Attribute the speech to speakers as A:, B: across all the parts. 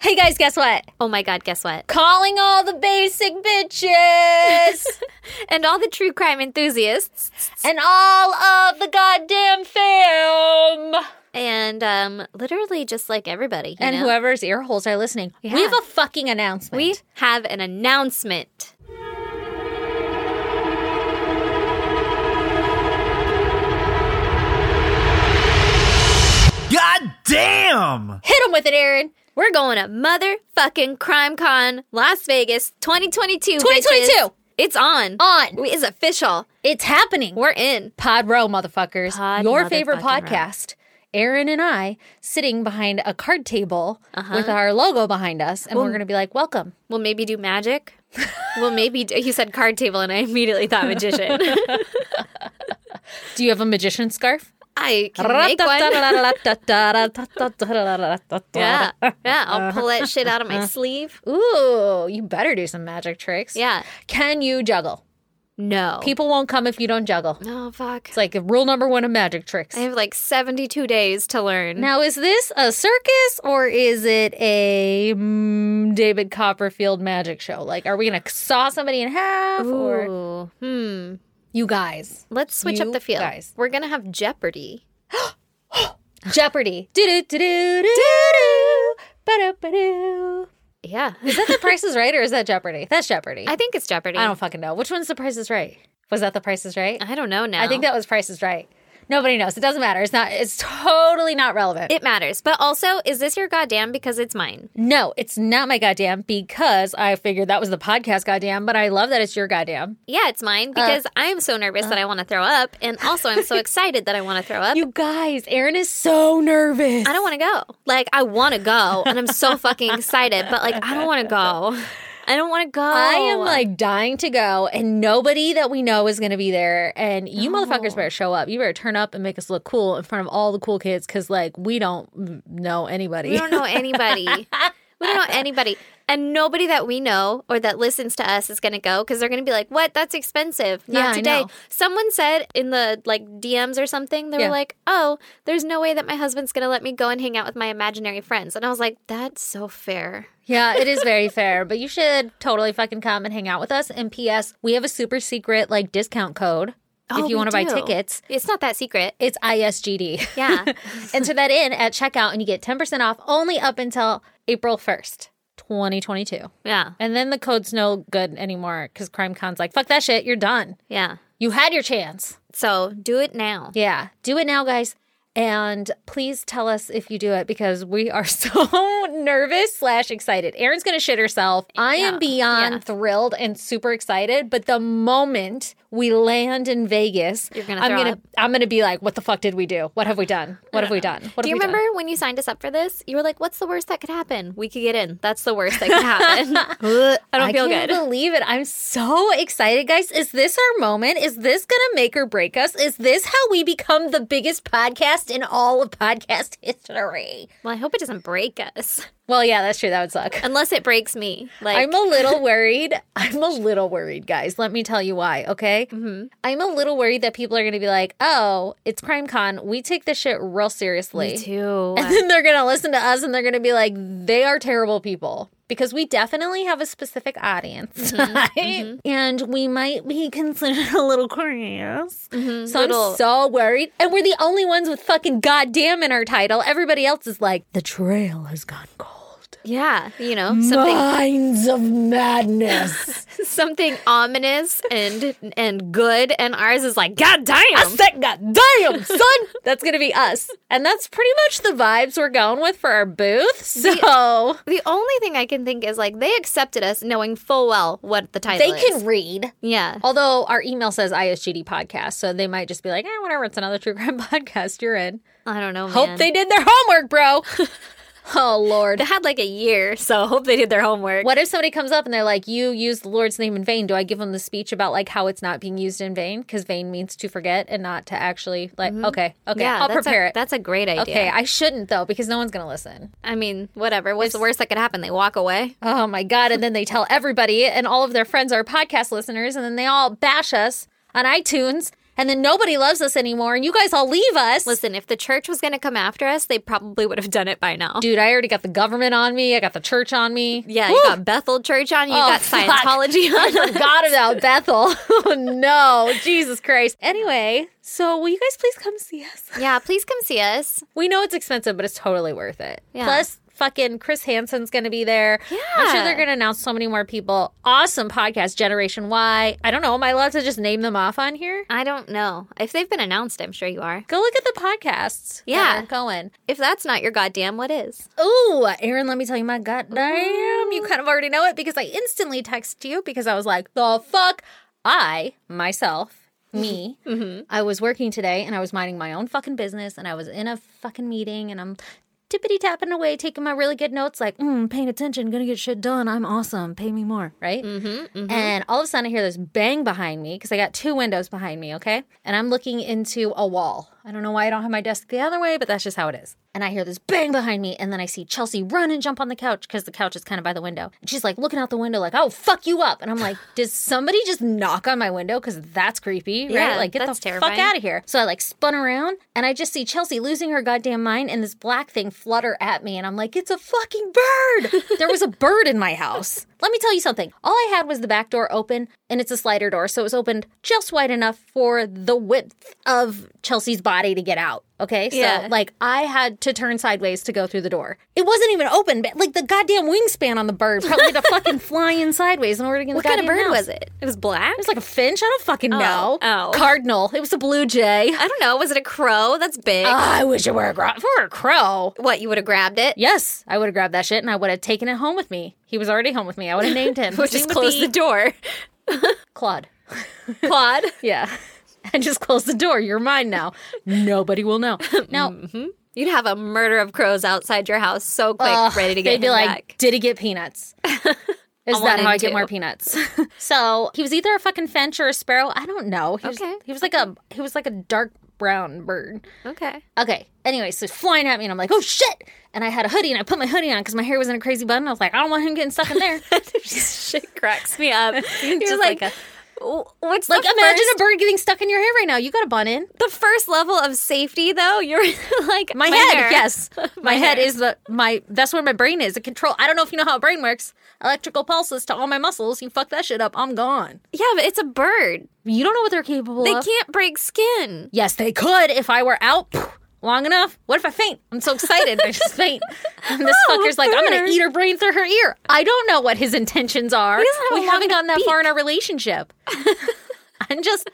A: Hey guys, guess what?
B: Oh my God, guess what?
A: Calling all the basic bitches
B: And all the true crime enthusiasts
A: and all of the goddamn film
B: and um, literally just like everybody. you
A: and
B: know?
A: whoever's ear holes are listening.
B: Yeah.
A: We have a fucking announcement.
B: We have an announcement.
C: God damn!
A: hit them with it, Aaron.
B: We're going to motherfucking Crime Con Las Vegas 2022. bitches.
A: 2022.
B: It's on.
A: On.
B: It's official.
A: It's happening.
B: We're in.
A: Pod Row, motherfuckers.
B: Pod
A: Your favorite
B: motherfucking row.
A: podcast. Aaron and I sitting behind a card table
B: Uh-huh.
A: with our logo behind us, and we're going to be like, "Welcome."
B: We'll maybe do magic. we'll maybe do, he said card table, and I immediately thought magician.
A: Do you have a magician scarf?
B: I can make one. yeah,
A: yeah.
B: yeah. I'll pull that shit out of my sleeve.
A: Ooh, you better do some magic tricks.
B: Yeah.
A: Can you juggle?
B: No.
A: People won't come if you don't juggle.
B: Oh fuck.
A: It's like rule number one of magic tricks.
B: I have like 72 days to learn.
A: Now, is this a circus or is it a mm, David Copperfield magic show? Like, are we gonna saw somebody in half or
B: Ooh. Hmm.
A: you guys?
B: Let's switch
A: You
B: up the field.
A: guys.
B: We're gonna have Jeopardy.
A: Jeopardy. Do do do do do do. Ba-do-ba-do.
B: Yeah.
A: Is that The Price is Right or is that Jeopardy? That's Jeopardy.
B: I think it's Jeopardy.
A: I don't fucking know. Which one's The Price is Right? Was that The Price is Right?
B: I don't know now.
A: I think that was Price is Right. Nobody knows. It doesn't matter. It's not. It's totally not relevant.
B: it matters. But also, is this your goddamn because it's mine?
A: no, it's not my goddamn because I figured that was the podcast goddamn. But I love that it's your goddamn.
B: Yeah, it's mine
A: Uh,
B: because I am so nervous that I want to throw up, and also I'm so excited that I want to throw up.
A: You guys, Erin is so nervous.
B: I don't want to go. Like I want to go, and I'm so fucking excited, but like I don't want to go. I don't want to go.
A: I am like dying to go, and nobody that we know is going to be there. And you motherfuckers better show up. You better turn up and make us look cool in front of all the cool kids because, like, we don't mm, know anybody.
B: We don't know anybody. we don't know anybody. And nobody that we know or that listens to us is going to go because they're going to be like, what? That's expensive. Not
A: Yeah, I
B: today.
A: know.
B: Someone said in the like DMs or something, they
A: Yeah.
B: were like, oh, there's no way that my husband's going to let me go and hang out with my imaginary friends. And I was like, that's so fair.
A: yeah, it is very fair, but you should totally fucking come and hang out with us. And P.S., we have a super secret like discount code
B: Oh,
A: if
B: we
A: you want to buy
B: do.
A: tickets.
B: It's not that secret.
A: It's ISGD.
B: Yeah.
A: Enter that in at checkout, and you get ten percent off only up until April first, twenty twenty two.
B: yeah.
A: And then the code's no good anymore because Crime Con's like, fuck that shit, you're done.
B: Yeah.
A: You had your chance.
B: So do it now.
A: Yeah, do it now, guys. And please tell us if you do it because we are so nervous slash excited. Erin's gonna shit herself. I am
B: Yeah,
A: beyond
B: yeah.
A: thrilled and super excited. But the moment we land in Vegas,
B: You're gonna
A: I'm
B: throw
A: gonna
B: up.
A: I'm gonna be like, what the fuck did we do? What have we done? What have we done? What
B: Do
A: have
B: you
A: we done?"
B: remember when you signed us up for this? You were like, what's the worst that could happen? We could get in. That's the worst that could happen. I don't feel
A: can't
B: good.
A: believe it. I'm so excited, guys. Is this our moment? Is this going to make or break us? Is this how we become the biggest podcast in all of podcast history?
B: Well, I hope it doesn't break us.
A: Well, yeah, that's true. That would suck.
B: Unless it breaks me. Like
A: I'm a little worried. I'm a little worried, guys. Let me tell you why, okay?
B: Mm-hmm.
A: I'm a little worried that people are going to be like, oh, it's Crime Con. We take this shit real seriously.
B: too. uh,
A: And then they're going to listen to us and they're going to be like, they are terrible people because we definitely have a specific audience. right? And we might be considered a little curious. So
B: little-
A: I'm so worried. And we're the only ones with fucking goddamn in our title. Everybody else is like, the trail has gone cold.
B: yeah, you know, something
A: Minds of madness.
B: something ominous and and good and ours is like god damn.
A: That goddamn son. That's gonna be us, and that's pretty much the vibes we're going with for our booth. So
B: The only thing I can think is like they accepted us knowing full well what the title
A: they
B: is.
A: can read.
B: Yeah.
A: Although our email says ISGD podcast, so they might just be like, eh, whatever, it's another true crime podcast you're in.
B: I don't know.
A: Hope
B: man.
A: they did their homework, bro. oh, Lord.
B: they had like a year, so hope they did their homework.
A: What if somebody comes up and they're like, you use the Lord's name in vain? Do I give them the speech about like how it's not being used in vain? Because vain means to forget and not to actually, like, okay, okay,
B: Mm-hmm. Yeah,
A: I'll
B: that's
A: prepare
B: a,
A: it.
B: That's a great idea.
A: okay, I shouldn't though, because no one's going to listen.
B: I mean, whatever. What's the worst that could happen? They walk away.
A: Oh my God. And then they tell everybody, and all of their friends are podcast listeners, and then they all bash us on iTunes. and then nobody loves us anymore, and you guys all leave us.
B: Listen, if the church was going to come after us, they probably would have done it by now.
A: Dude, I already got the government on me. I got the church on me.
B: Yeah,
A: Woo!
B: you got Bethel Church on you, you
A: Oh,
B: got
A: fuck.
B: Scientology
A: I
B: on.
A: forgot about Bethel. oh, no, Jesus Christ. Anyway, so will you guys please come see us?
B: yeah, please come see us.
A: We know it's expensive, but it's totally worth it.
B: Yeah.
A: Plus, fucking Chris Hansen's going to be there. Yeah. I'm sure they're going to announce so many more people. Awesome podcast, Generation Y. I don't know. Am I allowed to just name them off on here?
B: I don't know. If they've been announced, I'm sure you are.
A: Go look at the podcasts. that
B: Yeah.
A: are going.
B: If that's not your goddamn, what is?
A: Ooh, Aaron, let me tell you my goddamn. You kind of already know it because I instantly texted you because I was like, the fuck? I, myself, me, I was working today and I was minding my own fucking business and I was in a fucking meeting and I'm tippity tapping away, taking my really good notes, like, mm, paying attention, gonna get shit done. I'm awesome. Pay me more, right? And all of a sudden I hear this bang behind me because I got two windows behind me, okay? And I'm looking into a wall. I don't know why I don't have my desk the other way, but that's just how it is. And I hear this bang behind me, and then I see Chelsea run and jump on the couch because the couch is kind of by the window. And she's like looking out the window, like, oh, fuck you up. And I'm like, did somebody just knock on my window? Because that's creepy,
B: Yeah,
A: right? Like, get the
B: that's terrifying.
A: fuck out of here. So I like spun around and I just see Chelsea losing her goddamn mind and this black thing flutter at me. And I'm like, it's a fucking bird. there was a bird in my house. Let me tell you something. All I had was the back door open and it's a slider door. So it was opened just wide enough for the width of Chelsea's body to get out. Okay. So
B: Yeah.
A: like I had to turn sideways to go through the door. It wasn't even open, but like the goddamn wingspan on the bird probably had to fucking fly in sideways in order to get in the
B: What kind of
A: goddamn
B: bird
A: house.
B: was it? It was black?
A: It was like a finch. I don't fucking know.
B: oh.
A: Cardinal. It was a blue jay.
B: I don't know. Was it a crow? That's big.
A: Ah, I wish it were a gro- if it were a crow.
B: what, you would have grabbed it?
A: Yes, I would have grabbed that shit and I would have taken it home with me. He was already home with me. I would have named him.
B: We'll
A: His
B: just
A: name would
B: close the
A: be
B: door.
A: Claude.
B: Claude?
A: Yeah. And just close the door. You're mine now. Nobody will know. Now,
B: You'd have a murder of crows outside your house so quick,
A: Ugh,
B: ready to get
A: They'd be
B: him
A: like,
B: back.
A: "Did he get peanuts? Is that
B: wanted
A: how I get
B: to."
A: more peanuts?" so he was either a fucking finch or a sparrow. I don't know. He was,
B: Okay.
A: He was like a he was like a dark brown bird.
B: Okay.
A: Okay. Anyway, so he's flying at me, and I'm like, "Oh shit!" And I had a hoodie, and I put my hoodie on because my hair was in a crazy bun. And I was like, "I don't want him getting stuck in there."
B: Shit cracks me up. You're
A: Just
B: like,
A: like
B: "W- what's
A: like,
B: the
A: imagine
B: first,
A: a bird getting stuck in your hair right now. You got a bun in
B: the first level of safety though? You're like
A: my, head.
B: hair.
A: Yes, my, head
B: hair.
A: is the my. That's where my brain is. It control. I don't know if you know how a brain works. Electrical pulses to all my muscles. You fuck that shit up. I'm gone.
B: Yeah, but it's a bird.
A: You don't know what they're capable
B: They
A: of.
B: can't break skin.
A: Yes, they could if I were out phew, long enough. What if I faint? I'm so excited. I just faint. And this
B: Oh,
A: fucker's like, I'm going
B: bird.
A: to eat her brain through her ear. I don't know what his intentions are.
B: doesn't have a
A: we haven't
B: long
A: gotten that
B: beak.
A: far in our relationship. I'm just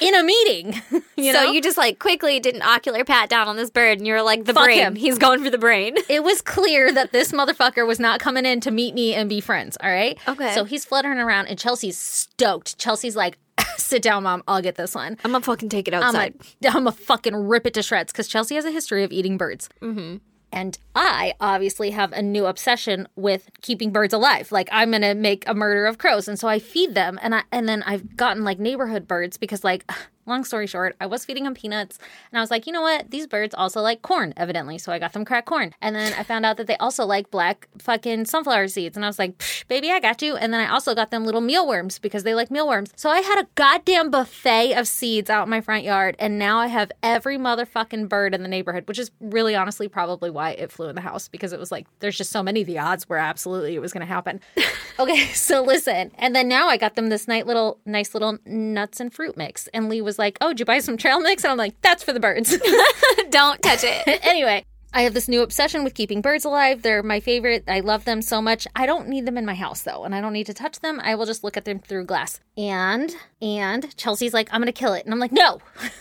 A: in a meeting. You
B: so
A: know?
B: you just like quickly did an ocular pat down on this bird, and you're like, the
A: Fuck
B: brain.
A: him.
B: He's going for the brain.
A: it was clear that this motherfucker was not coming in to meet me and be friends. All right.
B: Okay.
A: So he's fluttering around, and Chelsea's stoked. Chelsea's like, sit down, mom. I'll get this one.
B: I'm gonna fucking take it
A: I'm
B: outside.
A: a, I'm a fucking rip it to shreds because Chelsea has a history of eating birds. Mm-hmm. And I obviously have a new obsession with keeping birds alive. Like I'm gonna make a murder of crows, and so I feed them, and I and then I've gotten like neighborhood birds because like. Long story short, I was feeding them peanuts and I was like, you know what? These birds also like corn, evidently. So I got them cracked corn. And then I found out that they also like black fucking sunflower seeds. And I was like, "Psh, baby, I got you. And then I also got them little mealworms because they like mealworms. So I had a goddamn buffet of seeds out in my front yard. And now I have every motherfucking bird in the neighborhood, which is really honestly probably why it flew in the house because it was like, there's just so many. The odds were absolutely it was going to happen. okay. So listen. And then now I got them this night little, nice little nuts and fruit mix. And Lee was like, oh, did you buy some trail mix? And I'm like, that's for the birds.
B: Don't touch it.
A: anyway, I have this new obsession with keeping birds alive. They're my favorite. I love them so much. I don't need them in my house though, and I don't need to touch them. I will just look at them through glass. And and Chelsea's like, "I'm going to kill it." And I'm like, "No.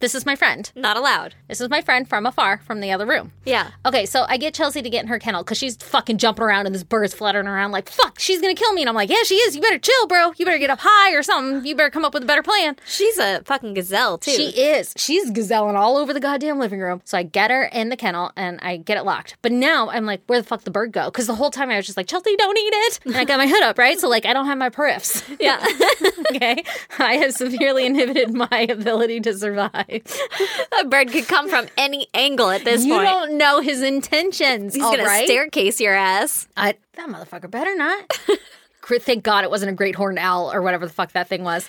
A: this is my friend.
B: Not allowed.
A: This is my friend from afar from the other room."
B: Yeah.
A: Okay, so I get Chelsea to get in her kennel because she's fucking jumping around and this bird's fluttering around like, fuck, she's gonna kill me. And I'm like, yeah, she is. You better chill, bro. You better get up high or something. You better come up with a better plan.
B: She's a fucking gazelle too.
A: She is. She's gazelling all over the goddamn living room. So I get her in the kennel and I get it locked. But now I'm like, where the fuck the bird go? Because the whole time I was just like, Chelsea, don't eat it. And I got my hood up, right? So like, I don't have my periffs.
B: yeah.
A: Okay, I have severely inhibited my ability to survive.
B: a bird could come from any angle at this
A: You
B: point.
A: don't know his intentions.
B: He's
A: all
B: gonna
A: right?
B: staircase your ass.
A: I, that motherfucker better not. Gr- Thank God it wasn't a great horned owl or whatever the fuck that thing was.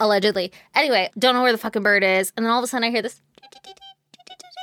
A: allegedly. Anyway, don't know where the fucking bird is. And then all of a sudden I hear this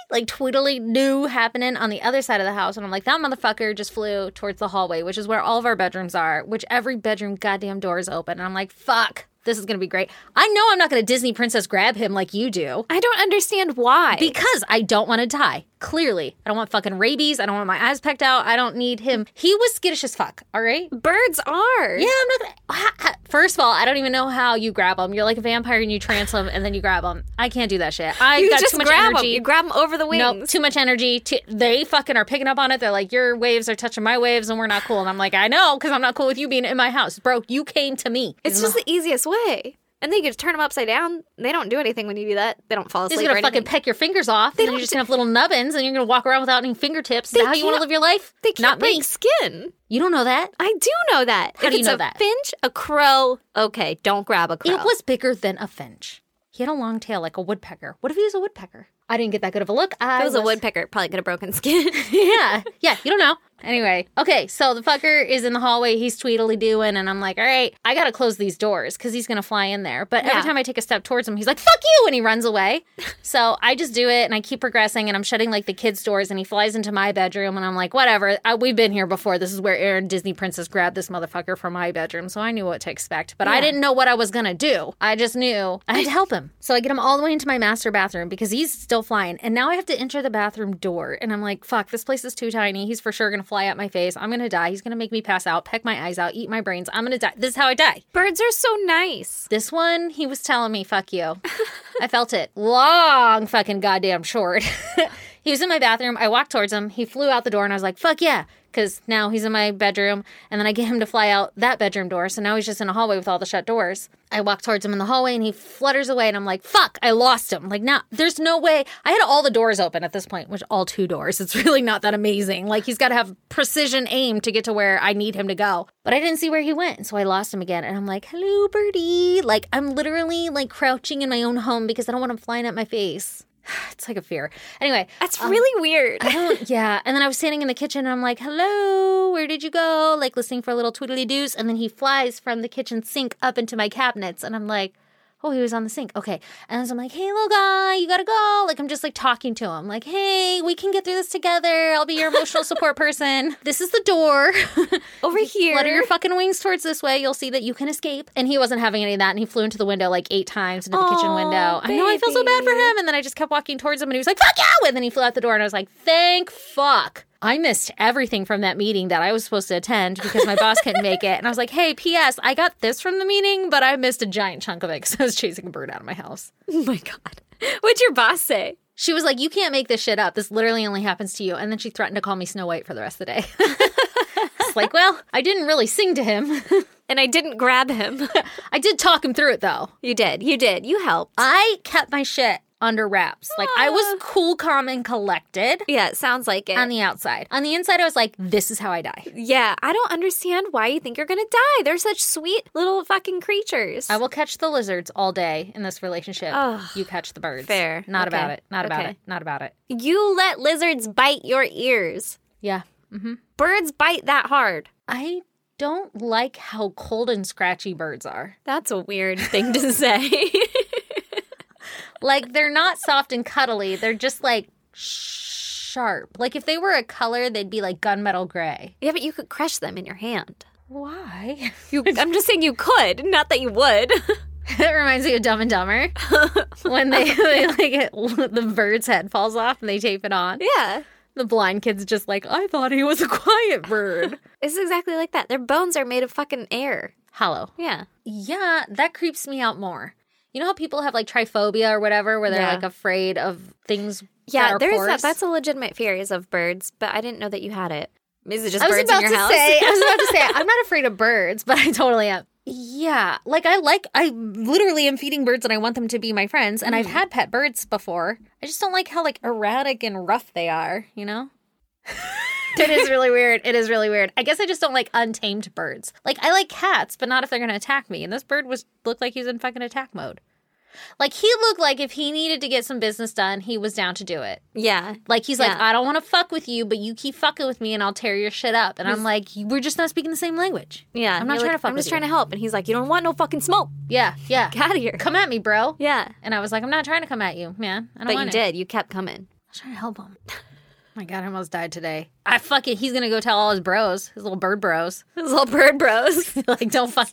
A: like twiddling new happening on the other side of the house. And I'm like, that motherfucker just flew towards the hallway, which is where all of our bedrooms are, which every bedroom goddamn door is open. And I'm like, fuck, this is gonna be great. I know I'm not gonna Disney princess grab him like you do.
B: I don't understand why.
A: Because I don't want to die. Clearly, I don't want fucking rabies. I don't want my eyes pecked out. I don't need him. He was skittish as fuck. All right.
B: Birds are.
A: Yeah, I'm not gonna. ha- ha- First of all, I don't even know how you grab them. You're like a vampire and you trance them and then you grab them. I can't do that shit. I
B: You
A: got
B: just
A: too much
B: grab them.
A: energy.
B: You grab them over the
A: Nope,
B: wings.
A: too much energy. Too, they fucking are picking up on it. They're like, your waves are touching my waves, and we're not cool. And I'm like, I know, because I'm not cool with you being in my house, bro. You came to me.
B: It's just the easiest way. And then you can turn them upside down. They don't do anything when you do that. They don't fall
A: He's
B: asleep or
A: gonna
B: anything.
A: fucking peck your fingers off. Then you're
B: don't
A: just gonna have little nubbins, and you're gonna walk around without any fingertips. Is that how you want to
B: can't-
A: live your life?
B: they can't
A: Not
B: break
A: me.
B: skin.
A: You don't know that.
B: I do know that.
A: How
B: if
A: do you
B: it's
A: know
B: a
A: that?
B: finch, a crow, okay, don't grab a crow.
A: It was bigger than a finch. He had a long tail like a woodpecker. What if he was a woodpecker? I didn't get that good of a look. I
B: If it was a woodpecker. Probably could have broken skin.
A: yeah, yeah, you don't know. Anyway, okay, so the fucker is in the hallway. He's tweedly doing, and I'm like, all right, I gotta close these doors because he's gonna fly in there. But every
B: Yeah.
A: time I take a step towards him, he's like, fuck you, and he runs away. so I just do it, and I keep progressing, and I'm shutting like the kids' doors, and he flies into my bedroom, and I'm like, whatever, I, we've been here before. This is where Aaron Disney Princess grabbed this motherfucker from my bedroom, so I knew what to expect. But I didn't know what I was gonna do. I just knew I had to help him. So I get him all the way into my master bathroom because he's still flying, and now I have to enter the bathroom door, and I'm like, fuck, this place is too tiny. He's for sure gonna fly at my face. I'm gonna die. He's gonna make me pass out, peck my eyes out, eat my brains. I'm gonna die. This is how I die.
B: Birds are so nice.
A: This one, he was telling me, fuck you. I felt it. Long fucking goddamn short. he was in my bathroom. I walked towards him. He flew out the door and I was like, fuck yeah. Cause now he's in my bedroom. And then I get him to fly out that bedroom door. So now he's just in a hallway with all the shut doors. I walk towards him in the hallway and he flutters away and I'm like, fuck, I lost him. Like now there's no way I had all the doors open at this point, which all two doors. It's really not that amazing. Like he's gotta have precision aim to get to where I need him to go. But I didn't see where he went. And so I lost him again. And I'm like, hello, birdie. Like I'm literally like crouching in my own home because I don't want him flying at my face. It's like a fear. Anyway,
B: That's really weird.
A: Um, I don't- yeah. And then I was standing in the kitchen and I'm like, hello, where did you go? Like listening for a little twiddly doos. And then he flies from the kitchen sink up into my cabinets. And I'm like, oh, he was on the sink. Okay. And so I'm like, hey, little guy, you got to go. Like, I'm just like talking to him, like, hey, we can get through this together. I'll be your emotional support person. This is the door.
B: Over here.
A: Flutter your fucking wings towards this way. You'll see that you can escape. And he wasn't having any of that. And he flew into the window like eight times into the kitchen
B: Aw,
A: window. I know I feel so bad for
B: baby.
A: him. And then I just kept walking towards him and he was like, fuck you. And then he flew out the door and I was like, thank fuck. I missed everything from that meeting that I was supposed to attend because my boss couldn't make it. And I was like, hey, P.S., I got this from the meeting, but I missed a giant chunk of it because I was chasing a bird out of my house.
B: oh my God. What'd your boss say?
A: She was like, You can't make this shit up. This literally only happens to you. And then she threatened to call me Snow White for the rest of the day. It's like, well, I didn't really sing to him.
B: And I didn't grab him.
A: I did talk him through it though.
B: you did. You did. You helped.
A: I kept my shit under wraps. Like I was
B: Aw.
A: cool, calm, and collected
B: Yeah, it sounds like it.
A: on the outside. On the inside, I was like, this is how I die.
B: yeah, I don't understand why you think you're gonna die. They're such sweet little fucking creatures.
A: I will catch the lizards all day in this relationship.
B: Ugh.
A: you catch the birds.
B: Fair.
A: Not
B: Okay.
A: about it. Not about
B: Okay.
A: it. Not about it.
B: you let lizards bite your ears.
A: Yeah.
B: Birds bite that hard.
A: I don't like how cold and scratchy birds are.
B: That's a weird thing to say.
A: Like they're not soft and cuddly. They're just like sharp. Like if they were a color, they'd be like gunmetal gray.
B: yeah, but you could crush them in your hand.
A: Why?
B: You, I'm just saying you could, not that you would.
A: That reminds me of Dumb and Dumber when they, they like it, the bird's head falls off and they tape it on.
B: yeah.
A: The blind kid's just like, I thought he was a quiet bird.
B: It's exactly like that. Their bones are made of fucking air.
A: Hollow.
B: Yeah.
A: Yeah, that creeps me out more. You know how people have like triphobia or whatever, where they're
B: Yeah.
A: like afraid of things. that
B: Yeah,
A: are
B: there is
A: porous?
B: that. That's a legitimate fear is of birds, but I didn't know that you had it. Is it just
A: I was
B: birds
A: about
B: in your
A: to
B: house?
A: say. I was about to say. I'm not afraid of birds, but I totally am. Yeah, like I like. I literally am feeding birds, and I want them to be my friends. And I've had pet birds before. I just don't like how like erratic and rough they are. You know. it is really weird. It is really weird. I guess I just don't like untamed birds. Like I like cats, but not if they're going to attack me. And this bird was looked like he was in fucking attack mode. Like he looked like if he needed to get some business done, he was down to do it.
B: Yeah.
A: Like he's like,
B: Yeah.
A: I don't want to fuck with you, but you keep fucking with me, and I'll tear your shit up. And I'm like, we're just not speaking the same language.
B: Yeah.
A: I'm not
B: You're
A: trying
B: like,
A: to fuck
B: I'm
A: with
B: just trying
A: you.
B: to help. And he's like, You don't want no fucking smoke.
A: Yeah, yeah.
B: Get out of here.
A: Come at me, bro.
B: Yeah.
A: And I was like, I'm not trying to come at you, man. I don't
B: But
A: want
B: you
A: it.
B: did. You kept coming.
A: I was trying to help him. my God, I almost died today. I fucking, he's gonna go tell all his bros, his little bird bros,
B: His little bird bros.
A: like don't fuck,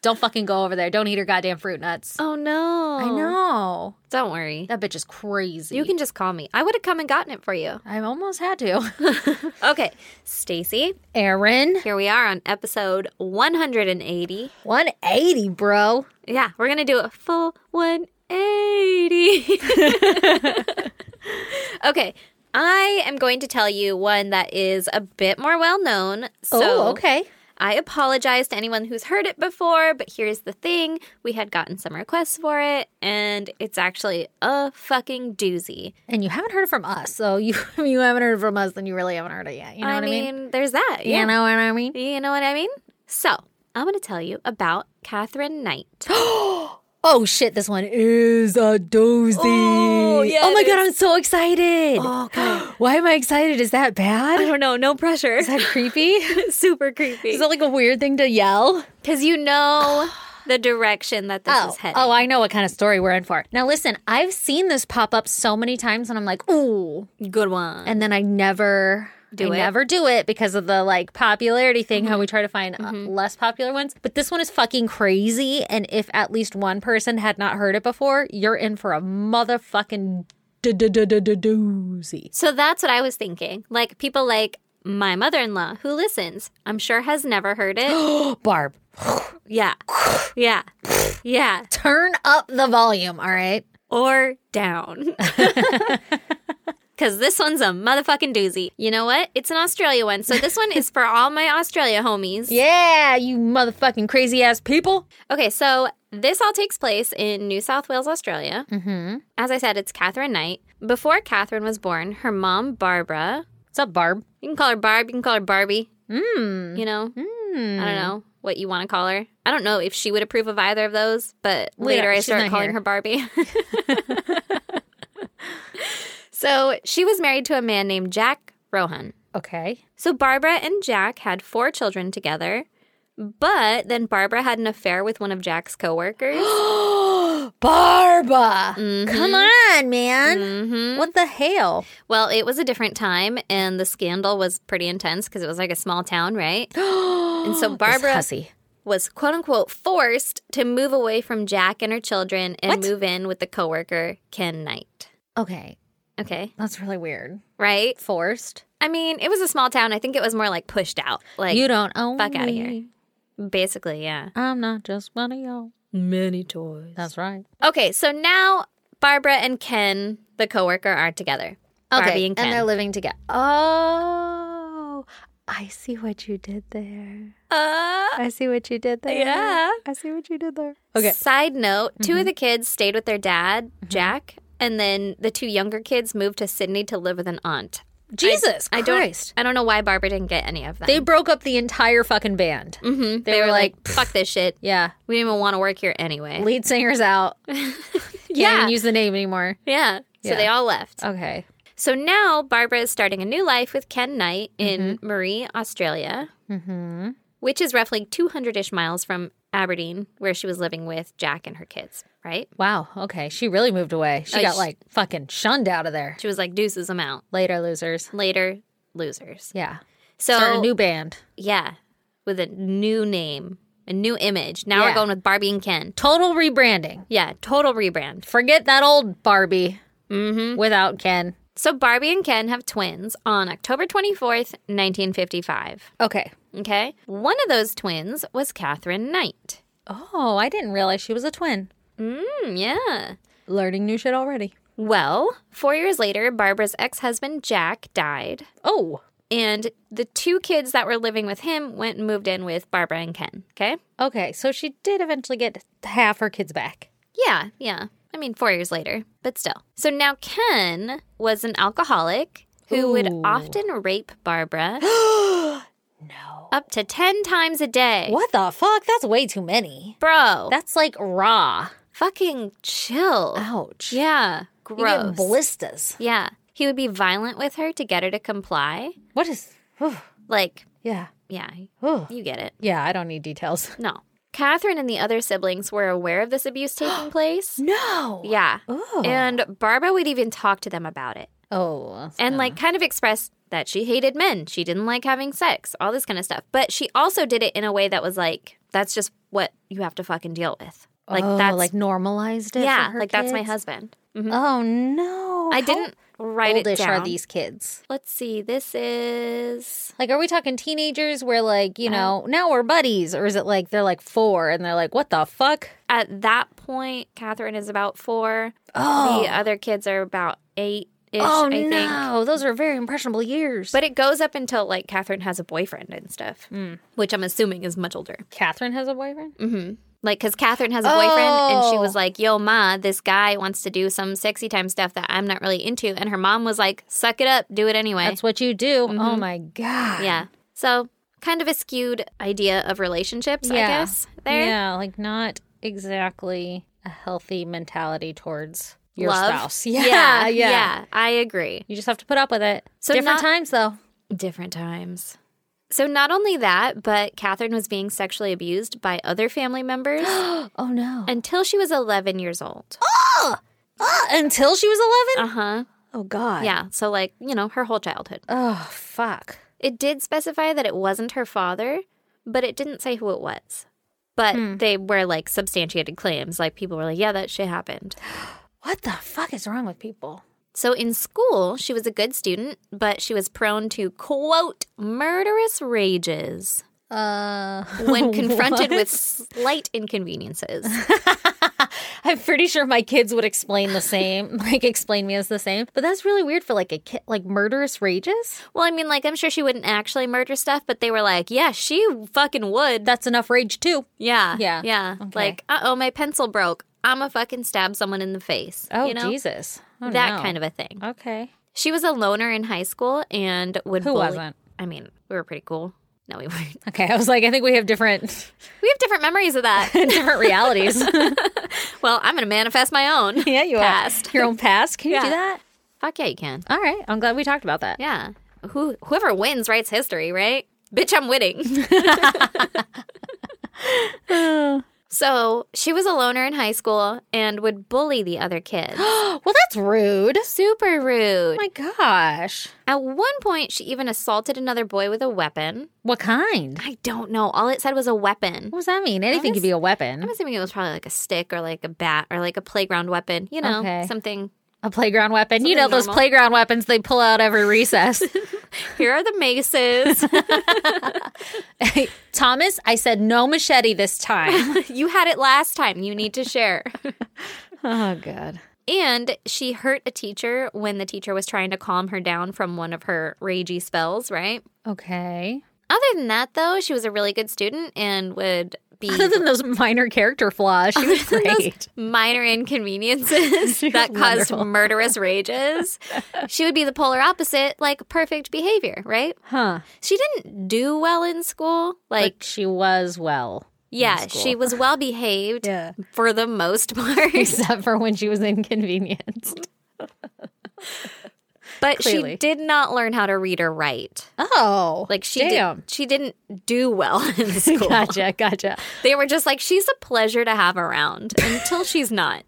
A: don't fucking go over there. Don't eat her goddamn fruit nuts.
B: oh no.
A: I know
B: Don't worry.
A: that bitch is crazy.
B: You can just call me. I would have come and gotten it for you.
A: I almost had to.
B: Okay. Stacy,
A: Aaron,
B: here we are on episode 180.
A: 180, bro.
B: Yeah, we're gonna do a full 180. okay, I am going to tell you one that is a bit more well known. So
A: oh, okay.
B: I apologize to anyone who's heard it before, but here's the thing: we had gotten some requests for it, and it's actually a fucking doozy.
A: And you haven't heard it from us, so you you haven't heard it from us, then you really haven't heard it yet. You know
B: I,
A: what
B: mean,
A: I mean?
B: there's that. Yeah,
A: You know what I mean?
B: you know what I mean. So I'm gonna tell you about Catherine Knight.
A: Oh shit, this one is a doozy.
B: Oh, yeah,
A: my
B: it is.
A: god,
B: Oh,
A: I'm so excited. Why am I excited? Is that
B: I
A: bad?
B: don't know, no pressure.
A: Is that creepy? is
B: Super creepy.
A: that like a weird thing to yell?
B: Because you know the direction that this is heading.
A: oh, I know what kind of story we're in for. Now listen, I've seen this pop up so many times and I'm like, ooh.
B: good one.
A: And then I never
B: Do
A: I
B: it.
A: never do it because of the like popularity thing, how we try to find uh, less popular ones. But this one is fucking crazy. And if at least one person had not heard it before, you're in for a motherfucking d- d- d- d- d- doozy.
B: so that's what I was thinking. Like people like my mother in law who listens, I'm sure has never heard it.
A: Barb,
B: yeah. Yeah. Yeah.
A: turn up the volume, all right?
B: Or down. Because this one's a motherfucking doozy. You know what? It's an Australia one. So this one is for all my Australia homies.
A: Yeah, you motherfucking crazy ass people.
B: Okay, so this all takes place in New South Wales, Australia. Mm-hmm. As I said, it's Catherine Knight. Before Catherine was born, her mom, Barbara,
A: What's up, Barb?
B: you can call her Barb, you can call her Barbie. Mm. You know? I don't know what you want to call her. I don't know if she would approve of either of those, but
A: We don't-
B: later I
A: she's
B: started
A: not
B: calling
A: here.
B: her Barbie. so she was married to a man named Jack Rohan.
A: Okay.
B: So Barbara and Jack had four children together, but then Barbara had an affair with one of Jack's coworkers.
A: Barba! Come on, man. What the hell?
B: well, it was a different time, and the scandal was pretty intense because it was like a small town, right? and so Barbara
A: Hussy.
B: was quote unquote forced to move away from Jack and her children and
A: What?
B: move in with the coworker Ken Knight.
A: Okay,
B: Okay,
A: that's really weird.
B: right?
A: Forced.
B: I mean, it was a small town. I think it was more like pushed out, like
A: you don't own
B: fuck outta
A: me.
B: here. basically, yeah.
A: I'm not just one of y'all.
B: Many toys.
A: That's right.
B: Okay, so now Barbara and Ken, the coworker, are together. Barbie and Ken.
A: they're living together. Oh, I see what you did there.
B: Uh,
A: I see what you did there.
B: Yeah.
A: I see what you did there.
B: Side note: Two
A: Mm-hmm.
B: of the kids stayed with their dad, Jack, and then the two younger kids moved to Sydney to live with an aunt.
A: Jesus
B: I don't.
A: Christ.
B: I don't know why Barbara didn't get any of them.
A: They broke up the entire fucking band. Mm-hmm. They,
B: They
A: were, like,
B: "Fuck this shit.
A: yeah,
B: We don't even want to work here anyway."
A: lead singer's out. Can't
B: Yeah.
A: even use the name anymore.
B: Yeah. So
A: Yeah.
B: they all left.
A: Okay.
B: So now Barbara is starting a new life with Ken Knight in
A: Mm-hmm.
B: Marie, Australia, which is roughly 200 ish miles from Aberdeen, where she was living with Jack and her kids, right?
A: Wow. Okay. She really moved away. She
B: Oh,
A: got
B: sh-
A: like fucking shunned out of there.
B: She was like, deuces, I'm out.
A: Later, losers.
B: Later, losers.
A: Yeah.
B: So,
A: Start a new band.
B: yeah, with a new name, a new image. Now
A: Yeah.
B: we're going with Barbie and Ken.
A: Total rebranding.
B: Yeah, total rebrand.
A: Forget that old Barbie without Ken.
B: So, Barbie and Ken have twins on October 24th, 1955.
A: Okay.
B: Okay. One of those twins was Catherine Knight.
A: Oh, I didn't realize she was a twin.
B: Mm, yeah.
A: Learning new shit already.
B: Well, four years later, Barbara's ex husband, Jack, died.
A: Oh,
B: And the two kids that were living with him went and moved in with Barbara and Ken. Okay.
A: okay. So she did eventually get half her kids back.
B: Yeah. Yeah. I mean, four years later, but still. So now Ken was an alcoholic who would
A: Ooh.
B: often rape Barbara
A: No.
B: up to 10 times a day.
A: What the fuck? That's way too many.
B: Bro.
A: That's like raw.
B: Fucking chill.
A: Ouch.
B: Yeah.
A: You get
B: Gross.
A: ballistas.
B: yeah. He would be violent with her to get her to comply.
A: What is? Whew.
B: Like,
A: yeah.
B: yeah,
A: Whew.
B: you get it.
A: Yeah, I don't need details.
B: No. Catherine and the other siblings were aware of this abuse taking place.
A: No.
B: Yeah.
A: Oh.
B: And Barbara would even talk to them about it
A: oh.
B: and, like, kind of express that she hated men. She didn't like having sex, all this kind of stuff. But she also did it in a way that was like, that's just what you have to fucking deal with. Like,
A: oh,
B: that's,
A: like normalized it. for
B: yeah,
A: her
B: like, that's my
A: kids?
B: husband.
A: Oh no.
B: I
A: How
B: didn't write it
A: oldish
B: down.
A: are these kids?
B: Let's see. This is
A: Like, are we talking teenagers where, like,
B: Uh-huh.
A: you know, now we're buddies? Or is it like they're like four and they're like, what the fuck?
B: at that point, Catherine is about four.
A: Oh.
B: The other kids are about eight ish,
A: oh,
B: I think.
A: no. Those are very impressionable years.
B: But it goes up until like Catherine has a boyfriend and stuff,
A: Hmm.
B: which I'm assuming is much older.
A: Catherine has a boyfriend?
B: Like, because Catherine has a boyfriend and she
A: Oh.
B: was like, yo, ma, this guy wants to do some sexy time stuff that I'm not really into. And her mom was like, suck it up, do it anyway.
A: That's what you do. Oh, my God.
B: yeah. So, kind of a skewed idea of relationships, I
A: Yeah.
B: guess, there.
A: Yeah. Like, not exactly a healthy mentality towards your
B: Love.
A: spouse.
B: yeah. yeah, I agree.
A: You just have to put up with it.
B: So
A: Different
B: not-
A: times, though.
B: Different times. So, not only that, but Catherine was being sexually abused by other family members
A: Oh, no.
B: until she was 11 years old.
A: Oh. Ah, until she was 11?
B: Uh huh.
A: Oh, God.
B: Yeah. So, like, you know, her whole childhood.
A: Oh, fuck.
B: It did specify that it wasn't her father, but it didn't say who it was. But
A: Hmm.
B: they were like substantiated claims. Like, people were like, yeah, that shit happened.
A: What the fuck is wrong with people?
B: So, in school, she was a good student, but she was prone to quote, murderous rages.
A: Uh,
B: when confronted with slight inconveniences.
A: I'm pretty sure my kids would explain the same, like explain me as the same. But that's really weird for like a kid, like murderous rages.
B: Well, I mean, like, I'm sure she wouldn't actually murder stuff, but they were like, yeah, she fucking would.
A: That's enough rage too.
B: Yeah.
A: Yeah.
B: Yeah.
A: Okay.
B: Like, uh oh, my pencil broke. I'm a fucking stab someone in the face.
A: Oh
B: you know?
A: Jesus, oh,
B: That kind of a thing.
A: okay.
B: She was a loner in high school and would
A: Who
B: bully-
A: wasn't?
B: I mean, we were pretty cool. No, we weren't.
A: Okay, I was like, I think we have different
B: We have different memories of that.
A: different realities.
B: well, I'm going to manifest my own.
A: yeah, you
B: Past.
A: are your own past. Can you
B: Yeah.
A: do that?
B: Fuck yeah, you can.
A: All right, I'm glad we talked about that.
B: Yeah. Who, whoever wins writes history, right? Bitch, I'm winning. so she was a loner in high school and would bully the other kids.
A: well, that's rude. Oh
B: Super rude.
A: my gosh,
B: At one point, she even assaulted another boy with a weapon.
A: what kind?
B: I don't know. All it said was a weapon.
A: What does that mean? Anything could be a weapon.
B: I'm assuming it was probably like a stick or like a bat or like a playground weapon, you know,
A: Okay.
B: something.
A: A playground weapon. You
B: Something
A: know those
B: normal.
A: playground weapons they pull out every recess.
B: Here are the maces.
A: Thomas, I said no machete this time.
B: you had it last time. You need to share.
A: oh god.
B: And she hurt a teacher when the teacher was trying to calm her down from one of her ragey spells, right?
A: Okay.
B: Other than that, though, she was a really good student and would be
A: Other than those minor character flaws, she was great.
B: minor inconveniences that caused
A: wonderful.
B: murderous rages. she would be the polar opposite, like perfect behavior, right?
A: Huh.
B: She didn't do well in school. Like,
A: Like she was well.
B: yeah,
A: school.
B: she was well behaved
A: Yeah.
B: for the most part.
A: Except for when she was inconvenienced.
B: But she
A: Clearly.
B: did not learn how to read or write.
A: Oh.
B: Like she
A: damn.
B: did, she didn't do well in school.
A: Gotcha, gotcha.
B: They were just like, she's a pleasure to have around until she's not.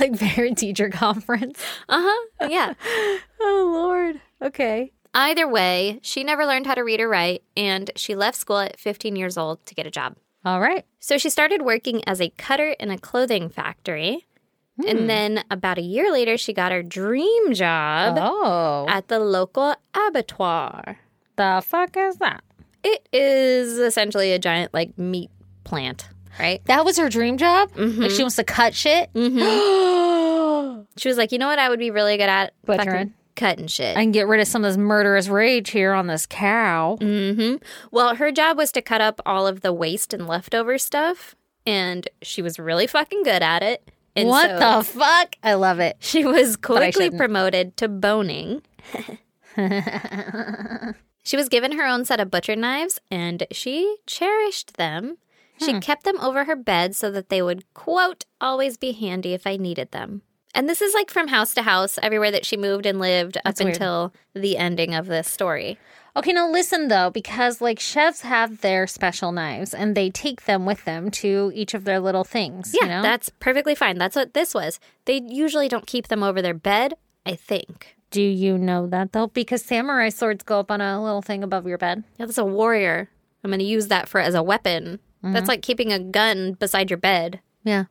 A: Like parent teacher conference.
B: Uh huh. Yeah.
A: Oh Lord. Okay.
B: Either way, she never learned how to read or write, and she left school at 15 years old to get a job.
A: All right.
B: So she started working as a cutter in a clothing factory. And then about a year later, she got her dream job
A: Oh.
B: at the local abattoir.
A: the fuck is that?
B: It is essentially a giant, like, meat plant, right?
A: That was her dream job? Like she wants to cut shit?
B: She was like, you know what I would be really good at?
A: Butchering.
B: Fucking Cutting shit.
A: I can get rid of some of this murderous rage here on this cow.
B: Well, her job was to cut up all of the waste and leftover stuff, and she was really fucking good at it. And
A: what
B: so
A: the fuck? I love it.
B: She was quickly
A: shouldn't.
B: promoted to boning. she was given her own set of butcher knives, and she cherished them. She kept them over her bed so that they would, quote, always be handy if I needed them. And this is like from house to house, everywhere that she moved and lived
A: That's
B: up
A: weird.
B: until the ending of this story.
A: Okay, now listen though, because like chefs have their special knives and they take them with them to each of their little things.
B: Yeah,
A: you know?
B: that's perfectly fine. That's what this was. They usually don't keep them over their bed, I think.
A: Do you know that though? Because samurai swords go up on a little thing above your bed.
B: If it's a warrior, I'm going to use that for as a weapon.
A: Mm-hmm.
B: That's like keeping a gun beside your bed.
A: Yeah.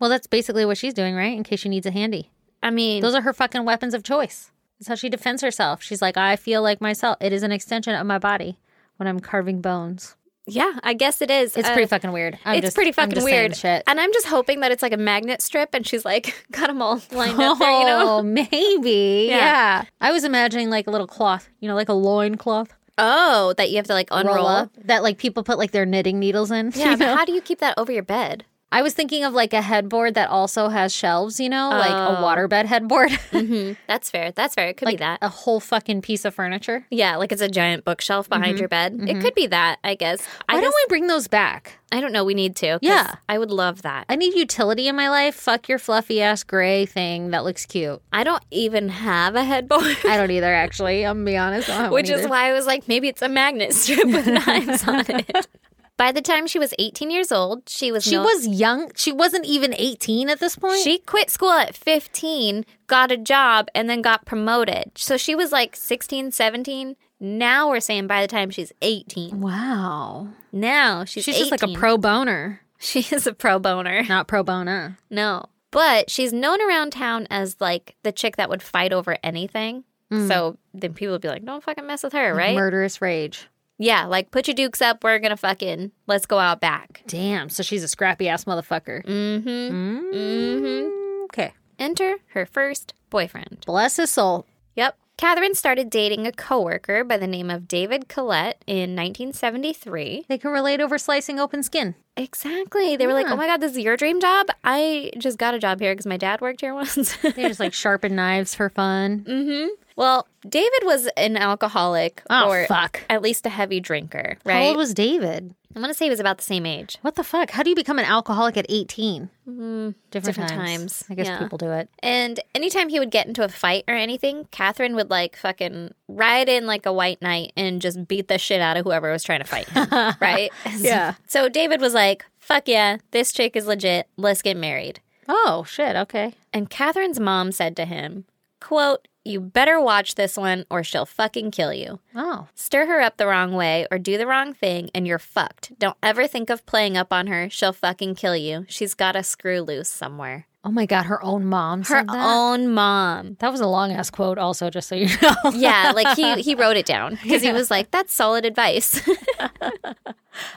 A: Well, that's basically what she's doing, right? In case she needs a handy.
B: I mean,
A: Those are her fucking weapons of choice. That's how she defends herself. She's like, I feel like myself. It is an extension of my body when I'm carving bones.
B: yeah, I guess it is.
A: It's
B: Uh,
A: pretty fucking weird. I'm
B: it's
A: just-
B: pretty
A: I'm
B: fucking
A: just saying
B: weird.
A: Shit.
B: And I'm just hoping that it's like a magnet strip and she's like got them all lined
A: Oh,
B: up there, you know?
A: maybe.
B: Yeah.
A: Yeah. I was imagining like a little cloth, you know, like a loin cloth
B: Oh, that you have to like unroll.
A: roll up that like people put like their knitting needles in.
B: Yeah,
A: you
B: but
A: know?
B: how do you keep that over your bed?
A: I was thinking of like a headboard that also has shelves, you know, like a
B: Oh. Mm-hmm.
A: waterbed headboard,
B: That's fair. That's fair. It could
A: Mm-hmm.
B: be
A: like
B: that.
A: a whole fucking piece of furniture.
B: Yeah, like it's a giant bookshelf behind your bed. It could be that, I guess. I
A: Mm-hmm. Why
B: guess-
A: don't we bring those back?
B: I don't know. We need to. 'cause
A: Yeah.
B: I would love that.
A: I need utility in my life. Fuck your fluffy ass gray thing that looks cute.
B: I don't even have a headboard,
A: I don't either, actually. I'm gonna be honest. I don't have one
B: which is
A: either.
B: why I was like, maybe it's a magnet strip with knives on it. By the time she was 18 years old, she was
A: she
B: no-
A: was young. She wasn't even 18 at this point.
B: She quit school at 15, got a job, and then got promoted. So she was like 16, 17. Now we're saying by the time she's 18.
A: wow.
B: Now she's
A: She's just like a
B: 18.
A: pro boner,
B: She is a pro boner.
A: not pro bona.
B: No. But she's known around town as like the chick that would fight over anything.
A: Mm.
B: So then people would be like, don't fucking mess with her, right?
A: Murderous rage.
B: yeah, like put your dukes up. We're going to fucking let's go out back.
A: Damn. So she's a scrappy ass motherfucker.
B: Mm-hmm.
A: Mm-hmm. Okay.
B: Enter her first boyfriend.
A: Bless his soul.
B: Yep. Catherine started dating a coworker by the name of David Collette in 1973.
A: They can relate over slicing open skin.
B: Exactly. They were like,
A: Yeah.
B: oh my God, this is your dream job? I just got a job here because my dad worked here once.
A: They just like sharpen knives for fun.
B: well, David was an alcoholic
A: Oh,
B: or
A: fuck.
B: at least a heavy drinker, right?
A: How old was David?
B: I'm gonna say he was about the same age.
A: What the fuck? How do you become an alcoholic at 18? different,
B: different times.
A: I guess
B: Yeah.
A: people do it.
B: And anytime he would get into a fight or anything, Catherine would like fucking ride in like a white knight and just beat the shit out of whoever was trying to fight him. right?
A: Yeah.
B: So David was like, fuck yeah, this chick is legit. Let's get married.
A: Oh, shit. Okay.
B: And Catherine's mom said to him, quote, you better watch this one or she'll fucking kill you.
A: Oh.
B: Stir her up the wrong way or do the wrong thing and you're fucked. Don't ever think of playing up on her. She'll fucking kill you. She's got a screw loose somewhere.
A: Oh my God. Her own mom.
B: Her
A: said that?
B: own mom.
A: That was a long ass quote, also, just so you know.
B: Yeah, like he he wrote it down because he
A: Yeah.
B: was like, that's solid advice.